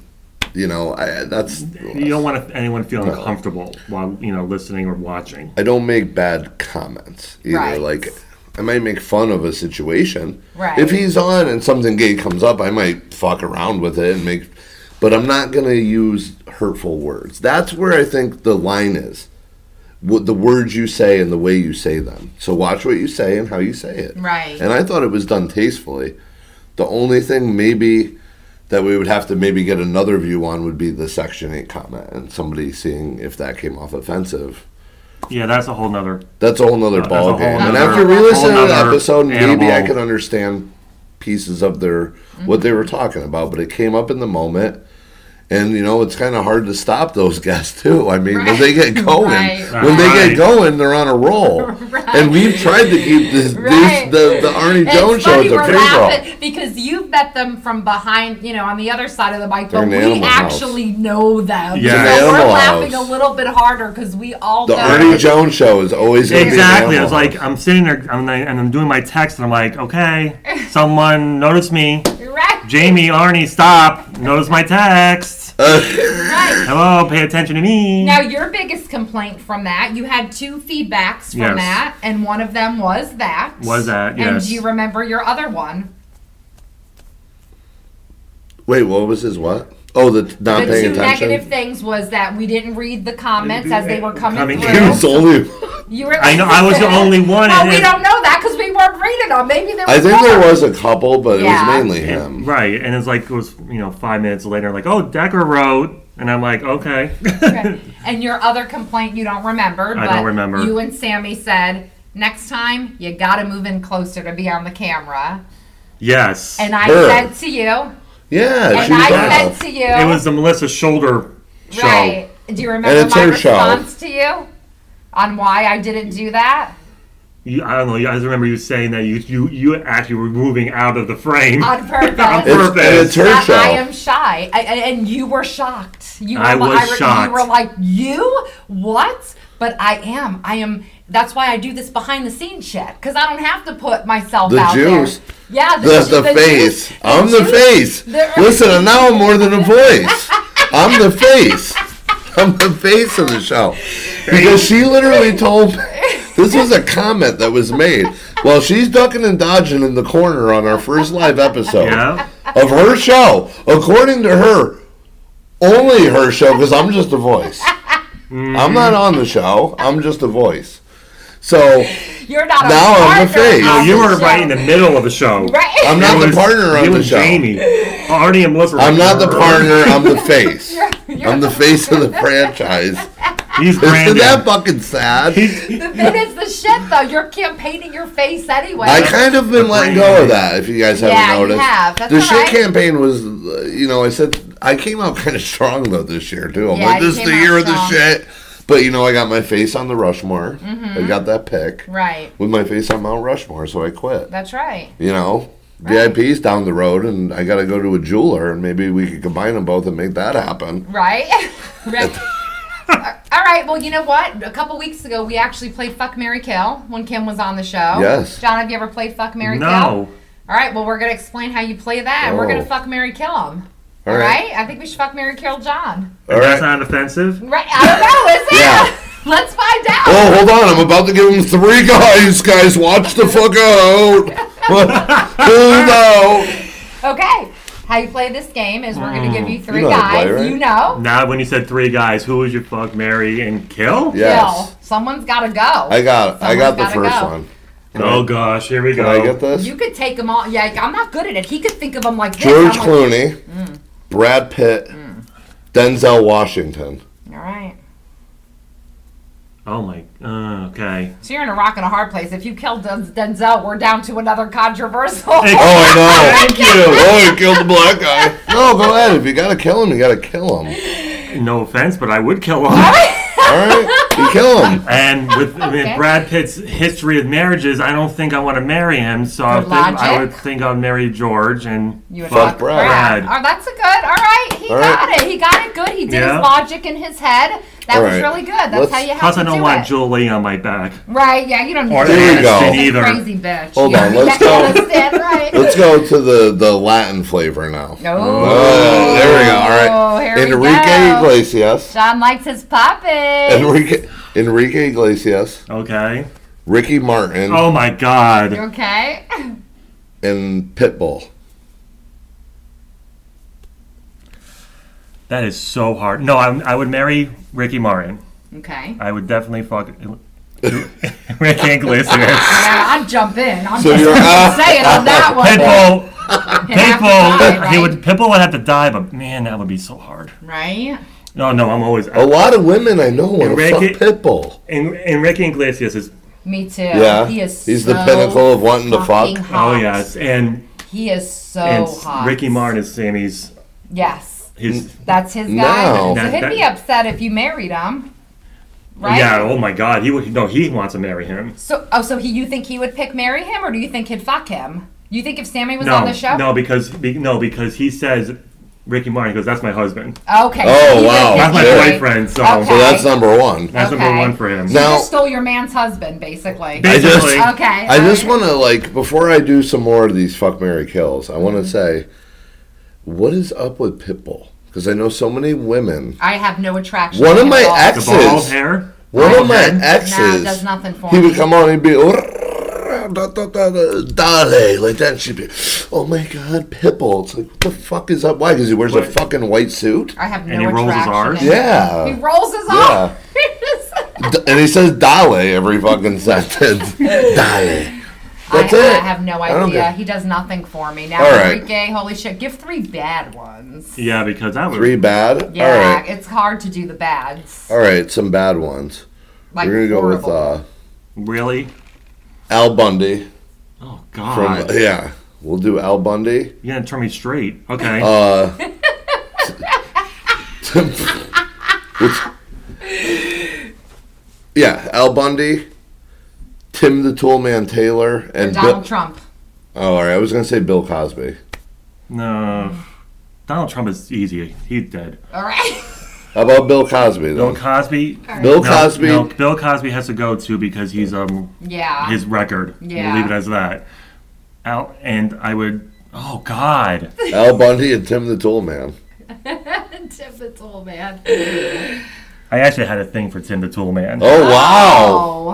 you know, I, that's
you don't want anyone to feel uncomfortable while you know listening or watching.
I don't make bad comments either.
Right.
Like I might make fun of a situation.
Right.
If he's on and something gay comes up, I might fuck around with it and make but I'm not going to use hurtful words. That's where I think the line is. What the words you say and the way you say them. So watch what you say and how you say it.
Right.
And I thought it was done tastefully. The only thing maybe that we would have to maybe get another view on would be the section 8 comment and somebody seeing if that came off offensive.
Yeah, that's a whole nother.
That's a whole nother
That's a
ball
whole
game. and
nother-
after re-listening to
whole
the
nother
episode, maybe I
animal.
could understand pieces of their what they were talking about. But it came up in the moment, And you know it's kind of hard to stop those <laughs> guys too. I mean, when they get
Right.
going,
Right.
when they
Right.
get going, they're on a
<laughs>
roll. And we've tried to keep this,
Right.
these, the the Arnie
It's
Jones show
funny
as a
we're
free for all.
laughing because you've met them from behind, you know, on the other side of the mic,
They're
but
in the
we
animal house.
actually know them.
Yeah.
It's an
So we're
animal
laughing
house.
a little bit harder because we all
The
know.
Arnie Jones show is always gonna
Exactly.
Be
I was like,
i
I'm sitting there I'm, like- and I'm doing my text, and I'm like,
<laughs>
okay, someone notice me.
Right.
Jamie, Arnie, stop. Notice my
<laughs>
text.
Right.
Hello, pay attention to me.
Now, your biggest complaint from that, you had two feedbacks from
Yes.
that, and one of them was that.
Was that,
And
yes.
do you remember your other one?
wait, what was his what? Oh, the not
The
paying
two
attention.
negative things was that we didn't read the comments as they were coming,
Coming
through.
<laughs> He was the only.
You were
I know I was the only one.
Well,
and
we
it-
don't know that because we weren't reading them. Maybe there was
I think
more.
there was a couple, but
Yeah.
it was mainly
and-
him.
right, and it's like it was you know five minutes later, like oh Decker wrote, and I'm like okay.
Okay. and your other complaint you don't remember.
I
but
don't remember.
You and Sammy said next time you got to move in closer to be on the camera.
<laughs> yes,
And I
Sure.
said to you, and
Yeah, she
I
was
said
out.
to you,
it was the Melissa Shoulder show.
right? Do you
And
remember
it's
my
her show.
response to you on why I didn't do that?
You, I don't know. I just remember you saying that you you you actually were moving out of the frame. <laughs>
On purpose.
It's, and it's her
That
show.
I am shy, I, I- and you were shocked. You were,
I was
re-
shocked.
You were like, "You what?" But I am. I am. That's why I do this behind the scenes shit because I don't have to put myself
The
out
juice.
there. Yeah,
the, the,
juice-
face. I'm the
juice-
face.
the-
Listen, and now I'm more than a voice. I'm the face. I'm the face of the show. Because she literally told me this was a comment that was made. Well, she's ducking and dodging in the corner on our first live episode
Yeah.
of her show. According to her, only her show, because I'm just a voice. I'm not on the show. I'm just a voice. So
<laughs> You're not.
Now
a
I'm the
partner
face.
on
No,
Oh, You
the
were
show.
right in the middle of the show.
<laughs> Right.
I'm not
It
the
was
partner on
you
the
and
show.
Jamie, Arnie, and Melissa. were
I'm not the
like,
partner.
<laughs>
I'm the face.
You're-
I'm the face
<laughs>
of the franchise.
He's
Isn't
branded.
that fucking sad?
It is <laughs> the shit though. You're campaigning your face anyway.
I kind of been
The
letting
brand.
go of that. If you guys haven't
Yeah, you
noticed,
have. That's
the
all
shit
right.
campaign was, uh, you know, I said I came out kind of strong though this year too. I'm
Yeah,
like,
you
this is
came
the
out
year of the
strong.
shit. But you know, I got my face on the Rushmore. I got that pick
Mm-hmm. right.
with my face on Mount Rushmore, so I quit.
That's right.
You know.
Right.
VIP's down the road, and I got to go to a jeweler, and maybe we could combine them both and make that happen.
Right? right. All right. Well, you know what? A couple weeks ago, we actually played Fuck Mary Kill when Kim was on the show.
Yes.
John, have you ever played Fuck Mary Kill?
No.
All right. Well, we're gonna explain how you play that, and we're gonna
Oh.
fuck Mary Kill him. All
All right.
right. I think we should fuck Mary Kill John.
All
That's
right.
not offensive.
Right? I don't know. Is it?
Yeah.
<laughs> Let's find out.
Oh, hold on. I'm about to give him three guys. Guys, watch the fuck out. Hold out.
Okay. How you play this game is we're gonna give you three
Oh. Mm. know how to
guys.
play, right?
You know.
Now, when you said three guys, who would you fuck, marry, and kill?
Yeah. Yes.
Kill. Someone's gotta go.
I got it. I got the
Someone's
first
gotta go.
one.
Oh gosh, here we
Did
go.
I get this?
You could take them all. Yeah, I'm not good at it. He could think of them like this.
George
I'm like,
Clooney,
Mm.
Brad Pitt, Denzel Washington.
All right.
Oh my. Uh, okay.
So you're in a rock and a hard place. If you kill Den- Denzel, we're down to another controversial.
Oh,
Hey,
I
<laughs>
know.
Thank you.
Oh, he killed the black guy. No, go ahead. If you gotta kill him, you gotta kill him.
No offense, but I would kill
<laughs>
him.
All right, you kill him.
And
<laughs>
with,
Okay.
with Brad Pitt's history of marriages, I don't think I want to marry him. So I
For
think I
logic?
would think I'd marry George and
<laughs> You would
Fuck Brad.
Oh, that's a good. All right, he
All
got it. He got it good. He did
Yeah.
his logic in his head. That
All
was
right.
really good. That's
Let's-
how you have
Plus,
to
I don't
do
want
it.
Julie on my back.
right? Yeah, you don't need
Or
to.
There you go.
She's a
either.
Crazy bitch.
Hold on, let's
You
go.
understand, right?
Let's go to the the Latin flavor now.
Oh,
Uh, there we go. All
Oh,
right,
here we
Enrique
go.
Iglesias.
John likes his poppin'.
Enrique, Enrique Iglesias,
Okay.
Ricky Martin,
Oh my God.
You okay? <laughs>
and Pitbull.
That is so hard. No, I, I would marry Ricky Martin.
Okay.
I would definitely fuck <laughs>
<laughs>
Ricky Iglesias.
Yeah, I'd jump in. I'm
So
just
you're uh,
saying on that
<laughs>
one.
Pitbull.
You'd have to
Pitbull.
die, right?
He would. Pitbull would have to die, but man, that would be so hard.
Right?
No, no, I'm always.
a lot of women I know want to fuck
Enrique-
Pitbull.
and, and Ricky Iglesias is.
Me too.
Yeah,
He is
he's
so
the pinnacle of wanting to
fucking
fuck.
hot.
Oh yes, and
He is so
and
hot.
Ricky Martin is Sammy's.
Yes.
His
That's his guy. So
No.
That-
he'd
that-
be upset if you married him, right?
yeah. Oh my God. He would- no. He wants to marry him.
So, oh, so he, you think he would pick marry him, or do you think he'd fuck him? You think if Sammy was
No.
on the show?
No, because be, no, because he says Ricky Martin he goes. That's my husband.
Okay.
Oh,
He would
wow.
pick
That's my
Mary.
boyfriend. So
Okay.
So that's number one.
that's
Okay.
number one for him.
You
Now-
just stole your man's husband, basically.
I just,
Basically.
Okay.
I just
alright.
want to like before I do some more of these fuck Mary kills. I want to
Mm-hmm.
say, what is up with Pitbull? Because I know so many women.
I have no attraction.
One
to
of
him
my
at all.
the
exes,
bald hair.
one of my
Nah,
exes,
does nothing for
he
me.
would come on and be. Da, da, da, da, dale, like that, and she'd be, oh my god, Pitbull. It's like, what the fuck is up? Why? Because he wears a
What?
fucking white suit?
I have no
And he rolls his
attraction.
R's?
to him.
Yeah.
He rolls his
Yeah.
R's. <laughs>
D- and he says Dale every fucking sentence. Dale. That's
I,
it.
I have no
don't
idea.
get-
He does nothing for me. Now
All right.
Enrique, holy shit, give three bad ones.
Yeah, because that was
Three bad?
Yeah,
All right.
it's hard to do the bads.
All right, some bad ones.
Like
We're gonna
horrible.
go with uh,
really.
Al Bundy
Oh God.
from yeah. We'll do Al Bundy.
You're gonna turn me straight. Okay.
Uh, t- t- what's- yeah, Al Bundy, Tim the Toolman Taylor, and
Donald
Bill.
Trump.
Oh, all right. I was gonna say Bill Cosby.
no. Donald Trump is easy. He's dead.
All right. <laughs>
How about Bill Cosby? Though?
Bill Cosby.
Bill
No,
Cosby.
No, Bill Cosby has to go too because he's um
Yeah.
his record.
Yeah.
We'll leave it as that. Out and I would. Oh God.
Al Bundy and Tim the Toolman.
Typical man.
I actually had a thing for Tim the Tool Man.
Oh wow!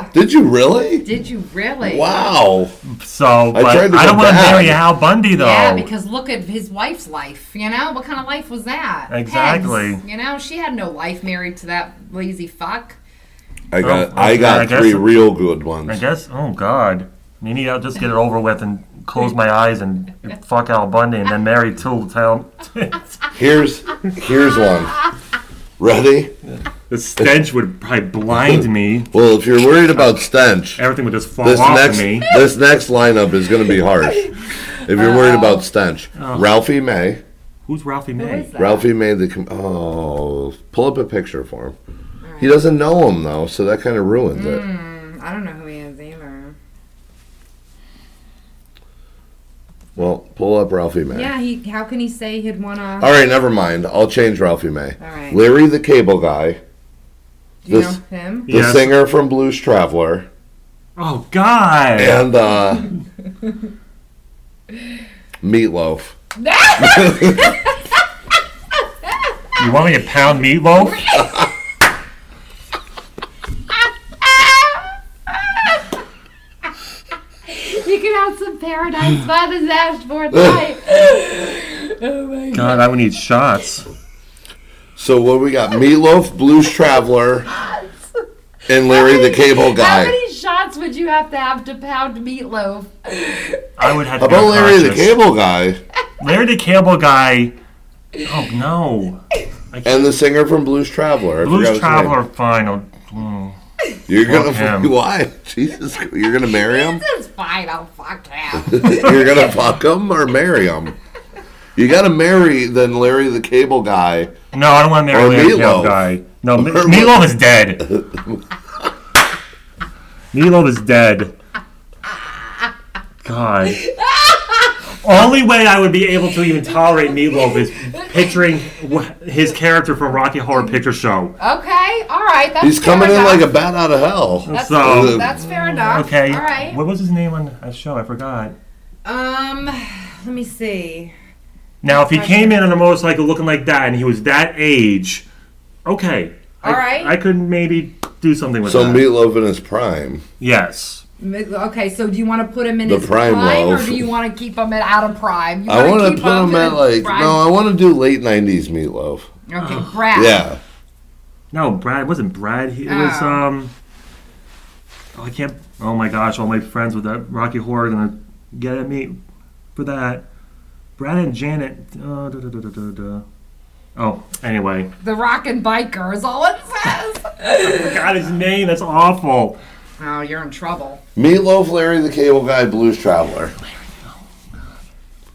Oh.
Did you really?
Did you really?
Wow.
So
I
but I,
tried to go
don't want to
back.
marry Al Bundy though.
Yeah, because look at his wife's life. You know what kind of life was that?
Exactly.
Pegs, you know she had no life married to that lazy fuck.
I got
Oh,
I
okay,
got
I guess-
three real good ones.
I guess. Oh God. Maybe I'll just get it over with and close my eyes and fuck Al Bundy and then marry Tool Town. <laughs>
Here's here's one. Ready?
the stench would probably blind me.
Well, if you're worried about stench,
Everything would just fall
this
off
next
of me.
this next lineup is going to be harsh. If you're worried about stench,
Oh.
Ralphie May,
Who's Ralphie May?
Ralphie May the com- oh, pull up a picture for him. He doesn't know him though, so that kind of ruins it.
Hmm, I don't know who he is either.
Well, pull up Ralphie May.
Yeah, he. How can he say he'd wanna?
All right, never mind. I'll change Ralphie May.
All right.
Larry the Cable Guy,
do you
this-
know him?
the
Yes.
singer from Blues Traveler,
Oh God.
and uh,
<laughs>
Meatloaf.
You want me to pound meatloaf?
<laughs> You can have some paradise by the dashboard light.
God, I would need shots.
So what we got? Meatloaf, Blues Traveler, and Larry the Cable
How
Guy.
many shots would you have to have to pound meatloaf?
I would have
How
to
about
go
Larry the
conscious.
Cable Guy
Larry the Cable guy.
<sighs>
Oh no.
and the singer from Blues Traveler? I forgot
Blues
his
Traveler
name.
final. Mm.
You're gonna
him.
<laughs> why? Jesus, you're gonna marry him?
It's fine. I'll fuck him.
<laughs> you're gonna fuck him or marry him? You gotta marry then Larry the Cable Guy.
No, I don't want to marry
Or
Larry the
meatloaf.
Cable guy. No, Me-
Or-
meatloaf is dead.
<laughs>
meatloaf is dead. God. Only way I would be able to even tolerate Meatloaf is picturing wh- his character from Rocky Horror Picture Show.
Okay, all right. That's
He's
fair
coming in
enough.
like a bat out of hell.
That's,
So-
that's fair enough.
Okay.
All right.
What was his name on that show? I forgot.
Um, let me see.
Now, if he came in on a motorcycle looking like that and he was that age, okay.
All right.
I could maybe do something with
So
that.
Meatloaf in his prime.
yes.
Okay, so do you want to put him in
The
his
prime
prime,
loaf.
or do you want to keep him at out of prime? You
I
wanna
want to
keep
put him at
in
like
prime?
no. I want to do late '90s Meatloaf.
Oh.
Okay, Brad.
Yeah.
No, Brad it wasn't Brad. He, It was
Oh.
um. Oh, I can't. Oh my gosh! All my friends with that Rocky Horror are gonna get at me for that. Brad and Janet. Uh, da, da, da, da, da, da. Oh,
<laughs>
anyway.
The rockin' biker is all it says.
God, his name. That's awful.
oh, you're in trouble.
Meatloaf, Larry the Cable Guy, Blues Traveler.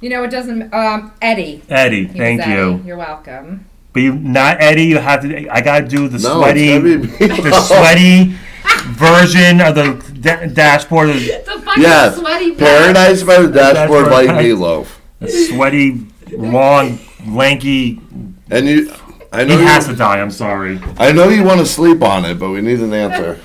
You know, it doesn't. Um, Eddie.
Eddie,
He was
thank
Eddie.
you.
You're welcome.
But you not Eddie. You have to. I gotta do the
No, it's
sweaty,
gotta be me.
the sweaty version of the da- dashboard, the
The fucking
Yeah,
sweaty boy.
Paradise by the dashboard
Dashboard
like
Light.
meatloaf.
sweaty, long, lanky.
And you, I
He
know
has
you,
to die. I'm sorry.
I know you want to sleep on it, but we need an answer.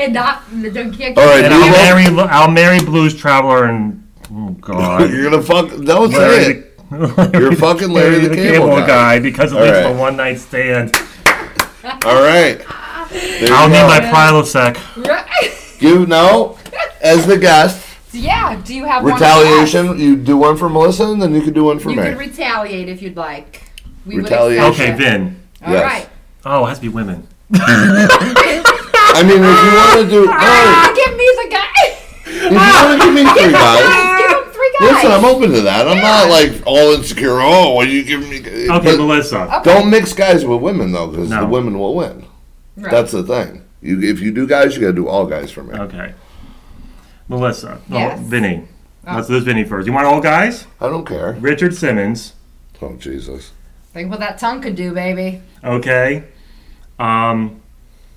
And not. Don't get.
All right,
And
you
I'll
love-
marry. I'll marry Blues Traveler and. Oh God.
<laughs> You're gonna fuck. That was it.
the,
You're fucking Larry
<laughs>
the Cable Guy.
because it
All
leads to
right.
a one night stand.
All
<laughs>
right. There you
I'll need
go.
my Prilosec.
You know, as the guest,
<laughs> yeah. Do you have one of us?
retaliation. You do one for Melissa, and then you could do one for
You
me.
could retaliate if you'd like. We would
Retaliation.
accept
Okay,
it.
Vin.
All
Yes.
right.
Oh, it has to be women.
I mean, if you want to
<laughs>
do,
Ah,
no,
give me the guy.
if you want to give
<laughs>
me three guys.
Give him three guys.
Listen, I'm open to that. I'm not like all insecure. Oh, why you giving me? Okay,
Okay, Melissa.
Don't mix guys with women though, because the
No.
women will win.
Right.
That's the thing. You, if you do guys, you gotta do all guys for me.
Okay. Melissa.
Yes.
Oh, Vinny. Let's do Vinny first. You want all guys?
I don't care.
Richard Simmons.
Oh Jesus.
Think what that tongue could do, baby.
Okay. Um.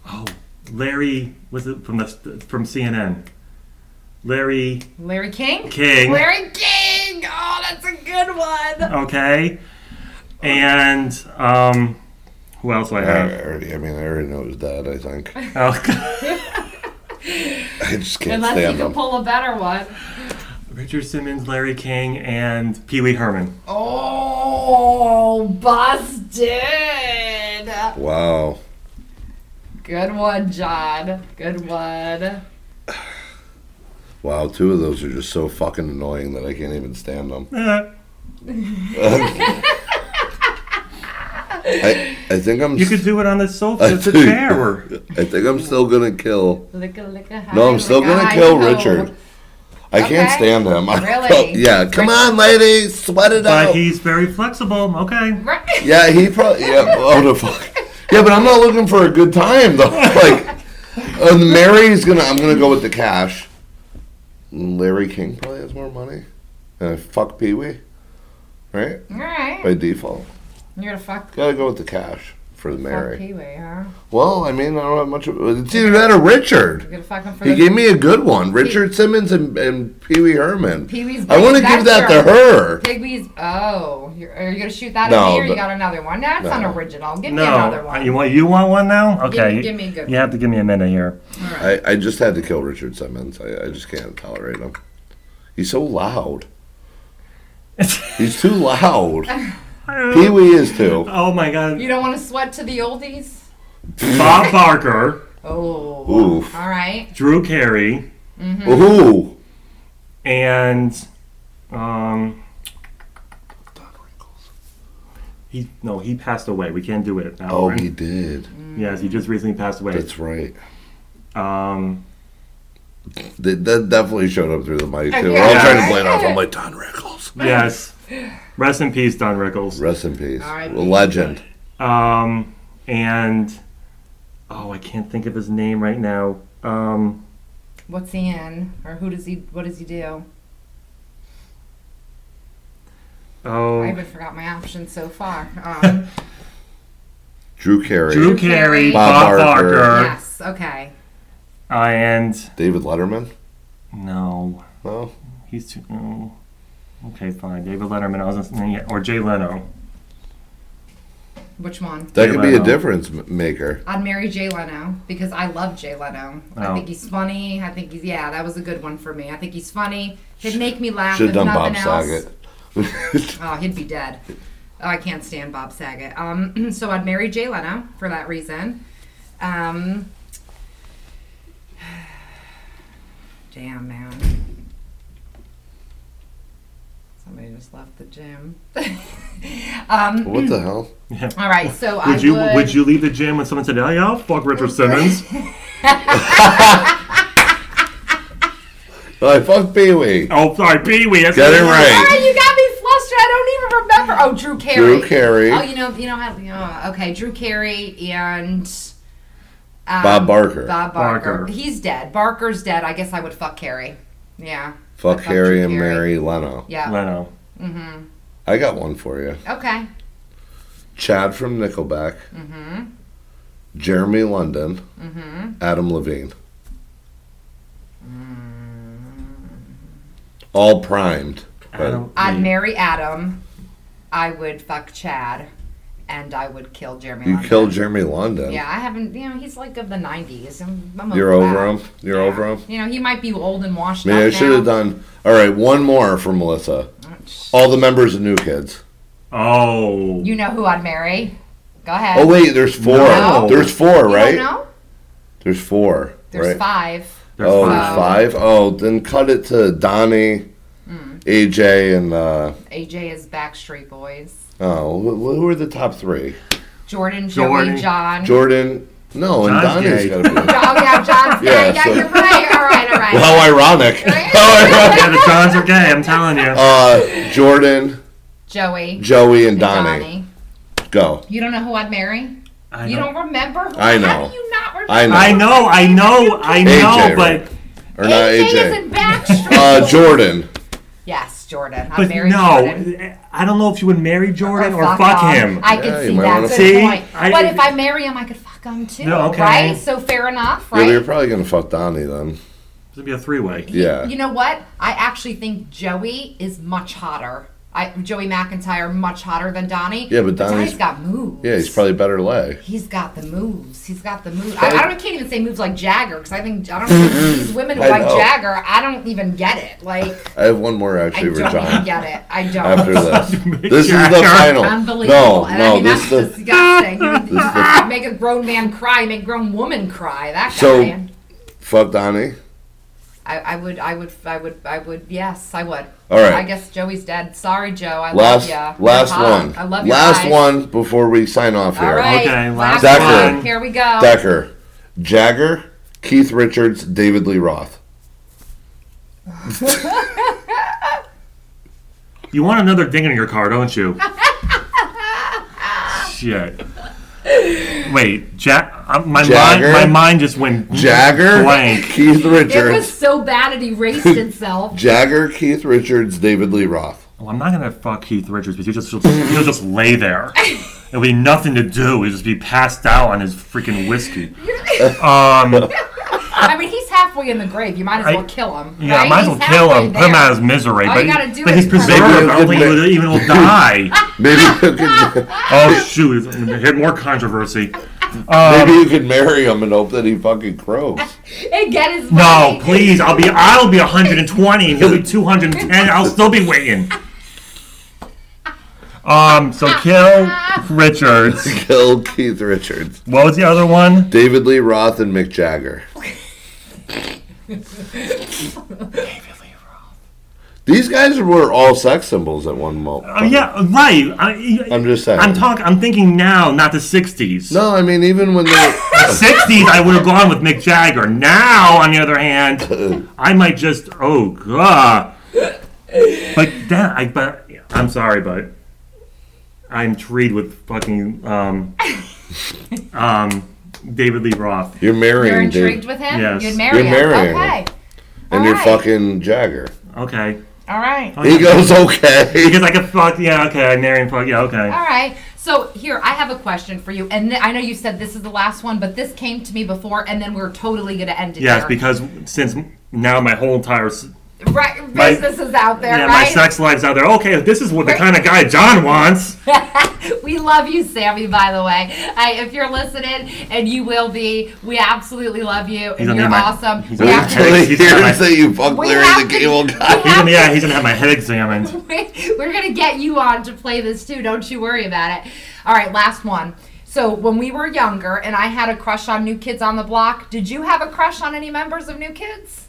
Oh, Larry. Was it from the from CNN? Larry
Larry King.
King.
Larry King. Oh, that's a good one.
Okay. And um, who else do I
I
have?
already. I mean, I already know his dad. I think.
<laughs>
<laughs>
Oh, <laughs>
I just can't
Unless you
stand
can
him.
pull a better one.
Richard Simmons, Larry King, and Pee Wee Herman.
Oh, busted.
Wow.
Good one, John. Good one.
Wow. Two of those are just so fucking annoying that I can't even stand them.
Eh,
I, I think I'm.
you could do it on the sofa.
I
It's a
think-
chair. Or,
<laughs> I think I'm still gonna kill.
Licka, licka,
No,
hi,
I'm still
licka,
gonna
hi,
kill
ho.
Richard. I can't
Okay.
stand him. <laughs> I
Really?
felt- yeah. Come on, ladies, sweat it out.
but he's very flexible. Okay.
Right.
Yeah, he probably. Yeah. <laughs> Oh the fuck. Yeah, but I'm not looking for a good time though. <laughs> Like, uh, Mary's gonna. I'm gonna go with the cash. Larry King probably has more money. Uh, fuck Pee Wee, right?
All right.
By default,
You're gonna fuck
gotta go with the cash for the
fuck
Mary.
Pee Wee, huh?
Well, I mean, I don't have much. Of, it's either that or Richard.
You're gonna fuck him for
He
the
gave me a good one. Richard Simmons and, and Pee Wee Herman.
Pee Wee's
I want to
Big
give that to
Adventure.
her.
Pigwee's. Oh, you're, are you gonna shoot that
No,
at me, or
but-
you got another one? No, it's
No.
not original. Give me another
No. Uh,
one.
You want you want one now?
Give
Okay.
me- give me a good
You have to give me a
<laughs>
minute here.
I, I just had to kill Richard Simmons. I, I just can't tolerate him. He's so loud. He's
<laughs>
too loud. Pee Wee is too.
<laughs> Oh my God.
You don't want to sweat to the oldies. <laughs>
Bob Barker,
Oh.
Oof.
All right.
Drew Carey,
Mm-hmm.
Ooh.
and um. He, no, he passed away. We can't do it now.
Oh,
right?
he did.
Yes, he just recently passed away.
That's right.
Um,
That, that definitely showed up through the mic too. We're all
Yeah.
trying to play it off.
<laughs>
I'm like Don Rickles.
yes. Rest in peace, Don Rickles.
Rest in peace.
All right.
Legend.
Um, and oh, I can't think of his name right now. Um,
What's he in, or who does he? What does he do? I
oh,
even forgot my options so far. Um,
Drew Carey.
Drew Carey,
Bob
Bob,
Barker.
Barker,
yes. Okay.
uh, and
David Letterman.
no,
No.
he's too. No. Okay, fine. David Letterman. I was gonna say- or Jay Leno.
Which one?
That
Jay
could be a
Leno.
difference m- maker.
I'd marry Jay Leno because I love Jay Leno. I
Oh.
think he's funny. I think he's yeah. That was a good one for me. I think he's funny. He'd make me laugh.
Should
if
have done
nothing
Bob
else.
Saget.
Oh, he'd be dead. Oh, I can't stand Bob Saget. Um, <clears throat> so I'd marry Jay Leno for that reason. Um, <sighs> damn man, somebody just left the gym. <laughs> um,
<laughs> what the hell?
all right, so I
Would you
would.
would, you leave the gym when someone said, "Oh yeah, I'll fuck Richard Simmons"?
I fuck Pee Wee.
oh, sorry, Pee Wee. that's-
Get it
Ah,
right.
you got me flustered. I don't even remember. Oh, Drew Carey.
Drew Carey.
Oh, you know, you know how? You know, okay, Drew Carey and um,
Bob Barker.
Bob Barker.
Barker.
He's dead. Barker's dead. I guess I would fuck Carey. Yeah,
Fuck
Fuck you,
Harry and
Harry.
Mary Leno.
Yeah.
Leno.
I got one for you.
Okay.
Chad from Nickelback.
Mm-hmm.
Jeremy London. Adam Levine.
Mm-hmm.
All primed. but-
Adam.
I'd marry Adam. I would fuck Chad, and I would kill Jeremy.
You
London.
killed Jeremy London.
Yeah, I haven't. You know, he's like of the '90s. I'm, I'm
You're
over
over
that.
him. You're
Yeah.
over him.
You know, he might be old and washed
Man,
up
I should have
now.
done. All right, one more for Melissa. All the members of New Kids.
Oh.
You know who I'd marry? Go ahead.
Oh wait, there's four.
No.
There's four,
you
right?
Don't know?
There's four.
There's
right?
five.
There's
oh,
five.
there's five. Oh, then cut it to Donnie,
Mm.
AJ, and uh,
AJ is Backstreet Boys.
oh, wh- who are the top three?
Mm-hmm. Jordan,
Jordan.
Joey, John.
Jordan. No, and
John's
Donnie's
gay.
got to
<laughs>
be.
Oh yeah,
<laughs>
John's
Yeah,
yeah, yeah
so-
you're right. All right, all right.
How ironic. <laughs> How ironic.
Yeah, the Johns are gay, I'm telling you.
Uh, Jordan,
Joey,
Joey,
and
and Donnie. Go.
You don't know who I'd marry?
I
You
know.
don't remember? Who?
I know.
How do you not remember?
I know.
I know, I know, I
AJ,
know, but
right? Or not AJ.
is in Backstreet. <laughs>
Uh, Jordan.
yes, Jordan. I'd
but
marry
no,
Jordan. Oh,
I don't know if you would marry Jordan or, fuck,
off.
him.
I
Yeah,
could
you
see
might
that.
wanna-
Good
See?
point.
I-
but if I marry him, I could fuck him too.
No, okay.
Right? So fair enough,
Yeah,
right?
but you're probably gonna fuck Donnie then.
It'd be a three-way.
Yeah.
You know what? I actually think Joey is much hotter. I, Joey McIntyre much hotter than Donnie.
Yeah, but Donnie's-
Donnie's got moves.
Yeah, he's probably better lay.
He's got the moves. He's got the moves. I, I don't, can't even say moves like Jagger because I think I don't think
<laughs>
these women who
I
like
know.
Jagger. I don't even get it. Like
<laughs> I have one more
I
actually
don't
for
even
John.
get it. I don't. <laughs>
After this, this is the
Sure.
final.
Unbelievable.
No,
and I
no,
mean,
this
that's
is the. <laughs>
disgusting. You, you
is the-
<laughs> make a grown man cry. You make a grown woman cry. That guy.
So- Fuck Donnie.
I, I would. I would. I would. I would. Yes, I would.
All right.
I guess Joey's dead. Sorry, Joe. I
Last,
love you.
last one.
I love you.
last one before we sign off here.
All right.
Okay,
Last
last
Decker.
one. Here we go.
Decker, Jagger, Keith Richards, David Lee Roth.
You want another ding in your car,
<laughs>
don't you? Shit. Wait, Jack. I'm- My
Jagger?
mind, my mind just went
Jagger,
blank.
Keith
It was
Richards,
so bad it
<laughs>
erased itself. <laughs>
Jagger, Keith Richards, David Lee Roth.
Well, I'm not gonna fuck Keith Richards because he'll just he'll just lay there. It'll be nothing to do. He'll just be passed out on his freaking whiskey.
<laughs>
Um,
I mean, he's halfway in the grave. You might as
I-
well kill him.
yeah, I
right?
might as well
He's
kill
halfway
him, put him
there.
out of his misery.
All
but
you gotta
he-
do
but
is
he's
put him
preserved.
out.
I don't think he even will die.
<laughs>
Maybe you could,
Oh shoot! Hit more controversy. Um,
maybe you could marry him and hope that he
<laughs>
fucking <laughs> croaks.
And get his
No,
money.
please. I'll be I'll be 120 and he'll be 210. I'll still be waiting. Um, so kill Richards.
Kill Keith Richards,
What was the other one?
David Lee Roth, and
<laughs>
Mick Jagger. These guys were all sex symbols at one moment.
Oh yeah, right. I,
I'm just saying.
I'm talking. I'm thinking now, not the 60s.
No, I mean even when they
60s, I would have gone with Mick Jagger. Now, on the other hand, I might just oh god. But then I but I'm sorry, but I'm intrigued with fucking um um David Lee
<laughs>
Roth.
you're
You're
marrying
intrigued
Dave,
with him?
Yes.
You'd marry
You're
him.
marrying
okay.
and
All
you're
right.
fucking Jagger.
Okay.
All right.
<laughs> He goes okay. <laughs>
Because I could fuck yeah, okay, I'm marrying fuck yeah, okay.
All right. So here, I have a question for you, and th- I know you said this is the last one, but this came to me before, and then we're totally going to end it.
Yes,
here.
because since now my whole entire s-
right,
my-
business is out there,
yeah, my
right?
sex life's out there. Okay, this is what the kind of guy John wants.
<laughs> we love you, Sammy. By the way, I, if you're listening, and you will be, we absolutely love you, and
He's gonna
you're
need my-
awesome.
he's
We
gonna
have
need
to-
my-
Really
He's
hears
got
that you fuck
We
Larry
have
the
to-
Cable
we <laughs>
Guy.
He's gonna, yeah, he's gonna have my head examined.
We're gonna get you on to play this too. Don't you worry about it. All right, last one. So when we were younger, and I had a crush on New Kids on the Block. Did you have a crush on any members of New Kids?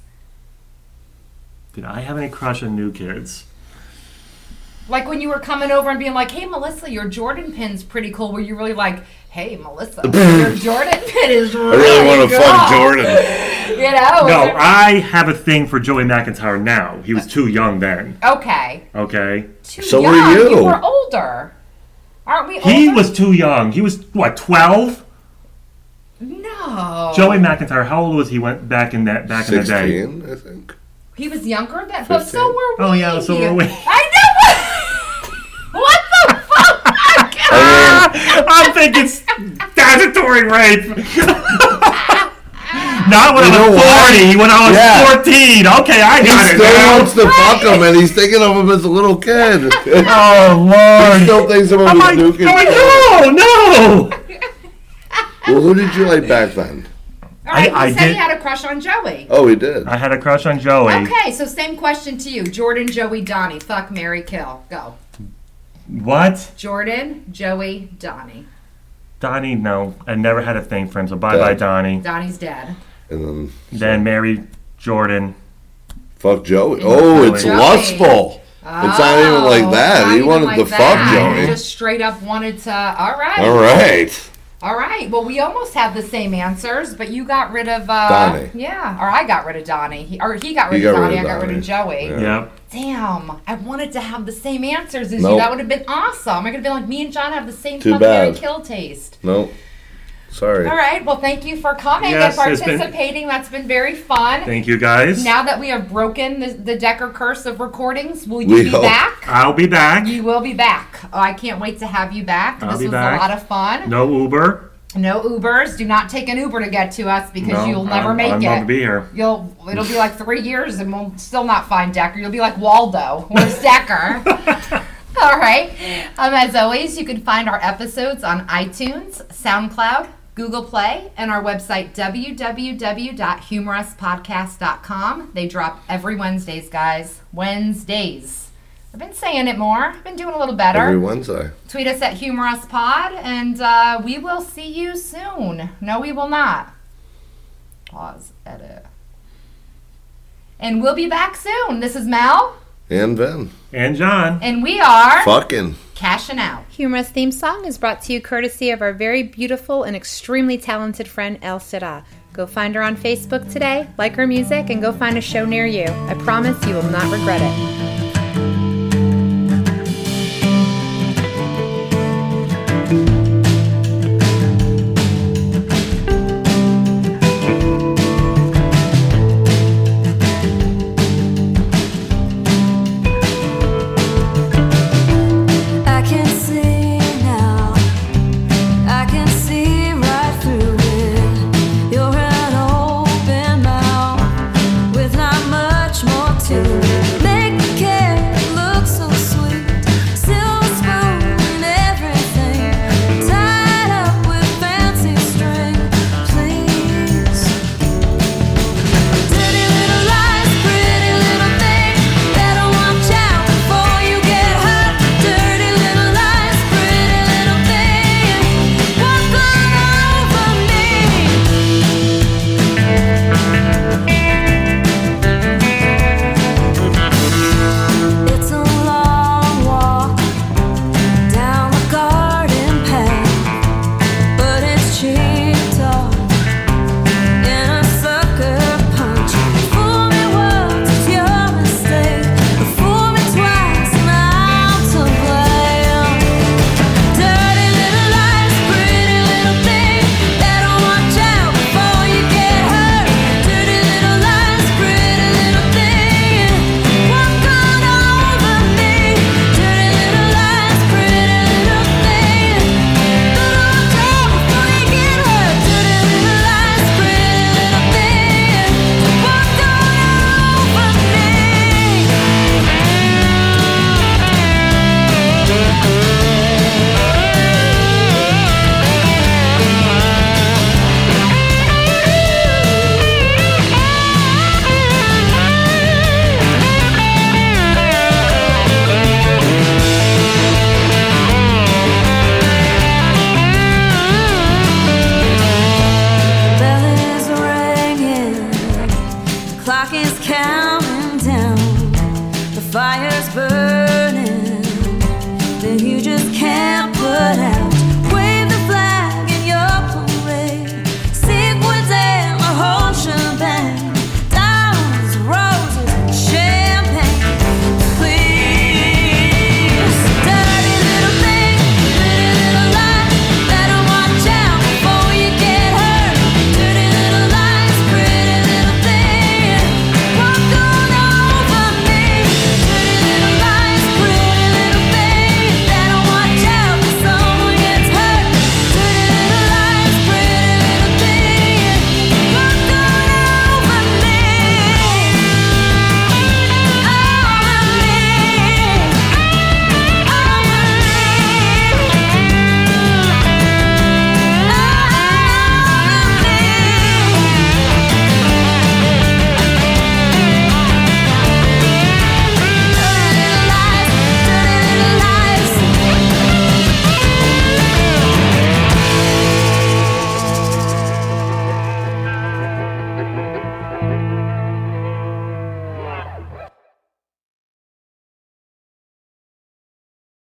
Did I have any crush on new kids?
Like when you were coming over and being like, "Hey, Melissa, your Jordan pin's pretty cool." Were you really like, "Hey,
<laughs>
Melissa, your Jordan pin is
I
really,
really want to
good."
fuck Jordan.
You know?
No, I have a thing for Joey McIntyre now. He was too young then.
okay.
Okay,
Too
So were
young.
you.
were older. Aren't we?
he
older?
was too young. He was what twelve?
no.
Joey McIntyre. How old was he? Went back in that back in the day.
Sixteen, I think.
He was younger than, but so
15.
were we.
Oh, yeah, so were
<laughs>
we. <laughs>
I know. <laughs> what the fuck? <laughs>
I'm thinking s- statutory rape. <laughs> Not when I
know
was
why?
40, when I was
Yeah.
14. Okay, I
He
got it.
still
now.
wants to fuck him, and he's thinking of him as a little <laughs> kid. he
Oh, Lord.
still thinks of him
I'm
as
like,
Duke.
I'm like, no, no.
Well, who did you like back then?
All right,
I- I
he said
did-
he had a crush on Joey.
Oh, he did.
I had a crush on Joey.
Okay, so same question to you. Jordan, Joey, Donnie. Fuck, Mary, kill. Go.
What?
Jordan, Joey, Donnie.
Donnie, no. I never had a thing for him, so bye bye,
Dad.
Donnie.
Donnie's dead.
And then
Then marry Jordan.
fuck Joey. Oh, it's
Joey.
lustful. It's not even like that.
Oh, not
He
even
wanted
like
to
that.
fuck
He
Joey.
Just straight up wanted to. All right.
All right.
All right. Well, we almost have the same answers, but you got rid of uh,
Donnie.
Yeah, or I got rid of Donnie. He, or he got rid
He
of
got
Donnie.
rid of
I got rid of Joey.
Yeah.
Yep.
Damn, I wanted to have the same answers as you.
Nope.
That would have been awesome. I could have been like, me and John have the same
Too
fucking Mary
bad.
kill taste.
No. Sorry.
All right. Well, thank you for coming
Yes,
and
it's been-
participating. That's been very fun.
Thank you guys.
now that we have broken the, the Decker curse of recordings, will you
We
be
hope.
back?
I'll be back.
You will be back. Oh, I can't wait to have you back.
I'll
this
be
was
back.
a lot of fun.
No Uber.
No Ubers. Do not take an Uber to get to us because
No,
you'll never
I'm,
make
I'm
it.
to be here.
You'll it'll be like three years and we'll still not find Decker. You'll be like Waldo.
<laughs>
Where's Decker? <laughs> All right. Um, as always, you can find our episodes on iTunes, SoundCloud, Google Play, and our website www.humourouspodcast.com. They drop every Wednesdays, guys. Wednesdays. I've been saying it more. I've been doing a little better.
Every Wednesday.
Tweet us at Humorous Pod, and uh, we will see you soon. No, we will not. Pause, edit. And we'll be back soon. This is Mel,
And then
And John.
and we are
fucking.
cashing out.
Humorous theme song is brought to you courtesy of our very beautiful and extremely talented friend El Sida. Go find her on Facebook today, like her music, and go find a show near you. I promise you will not regret it.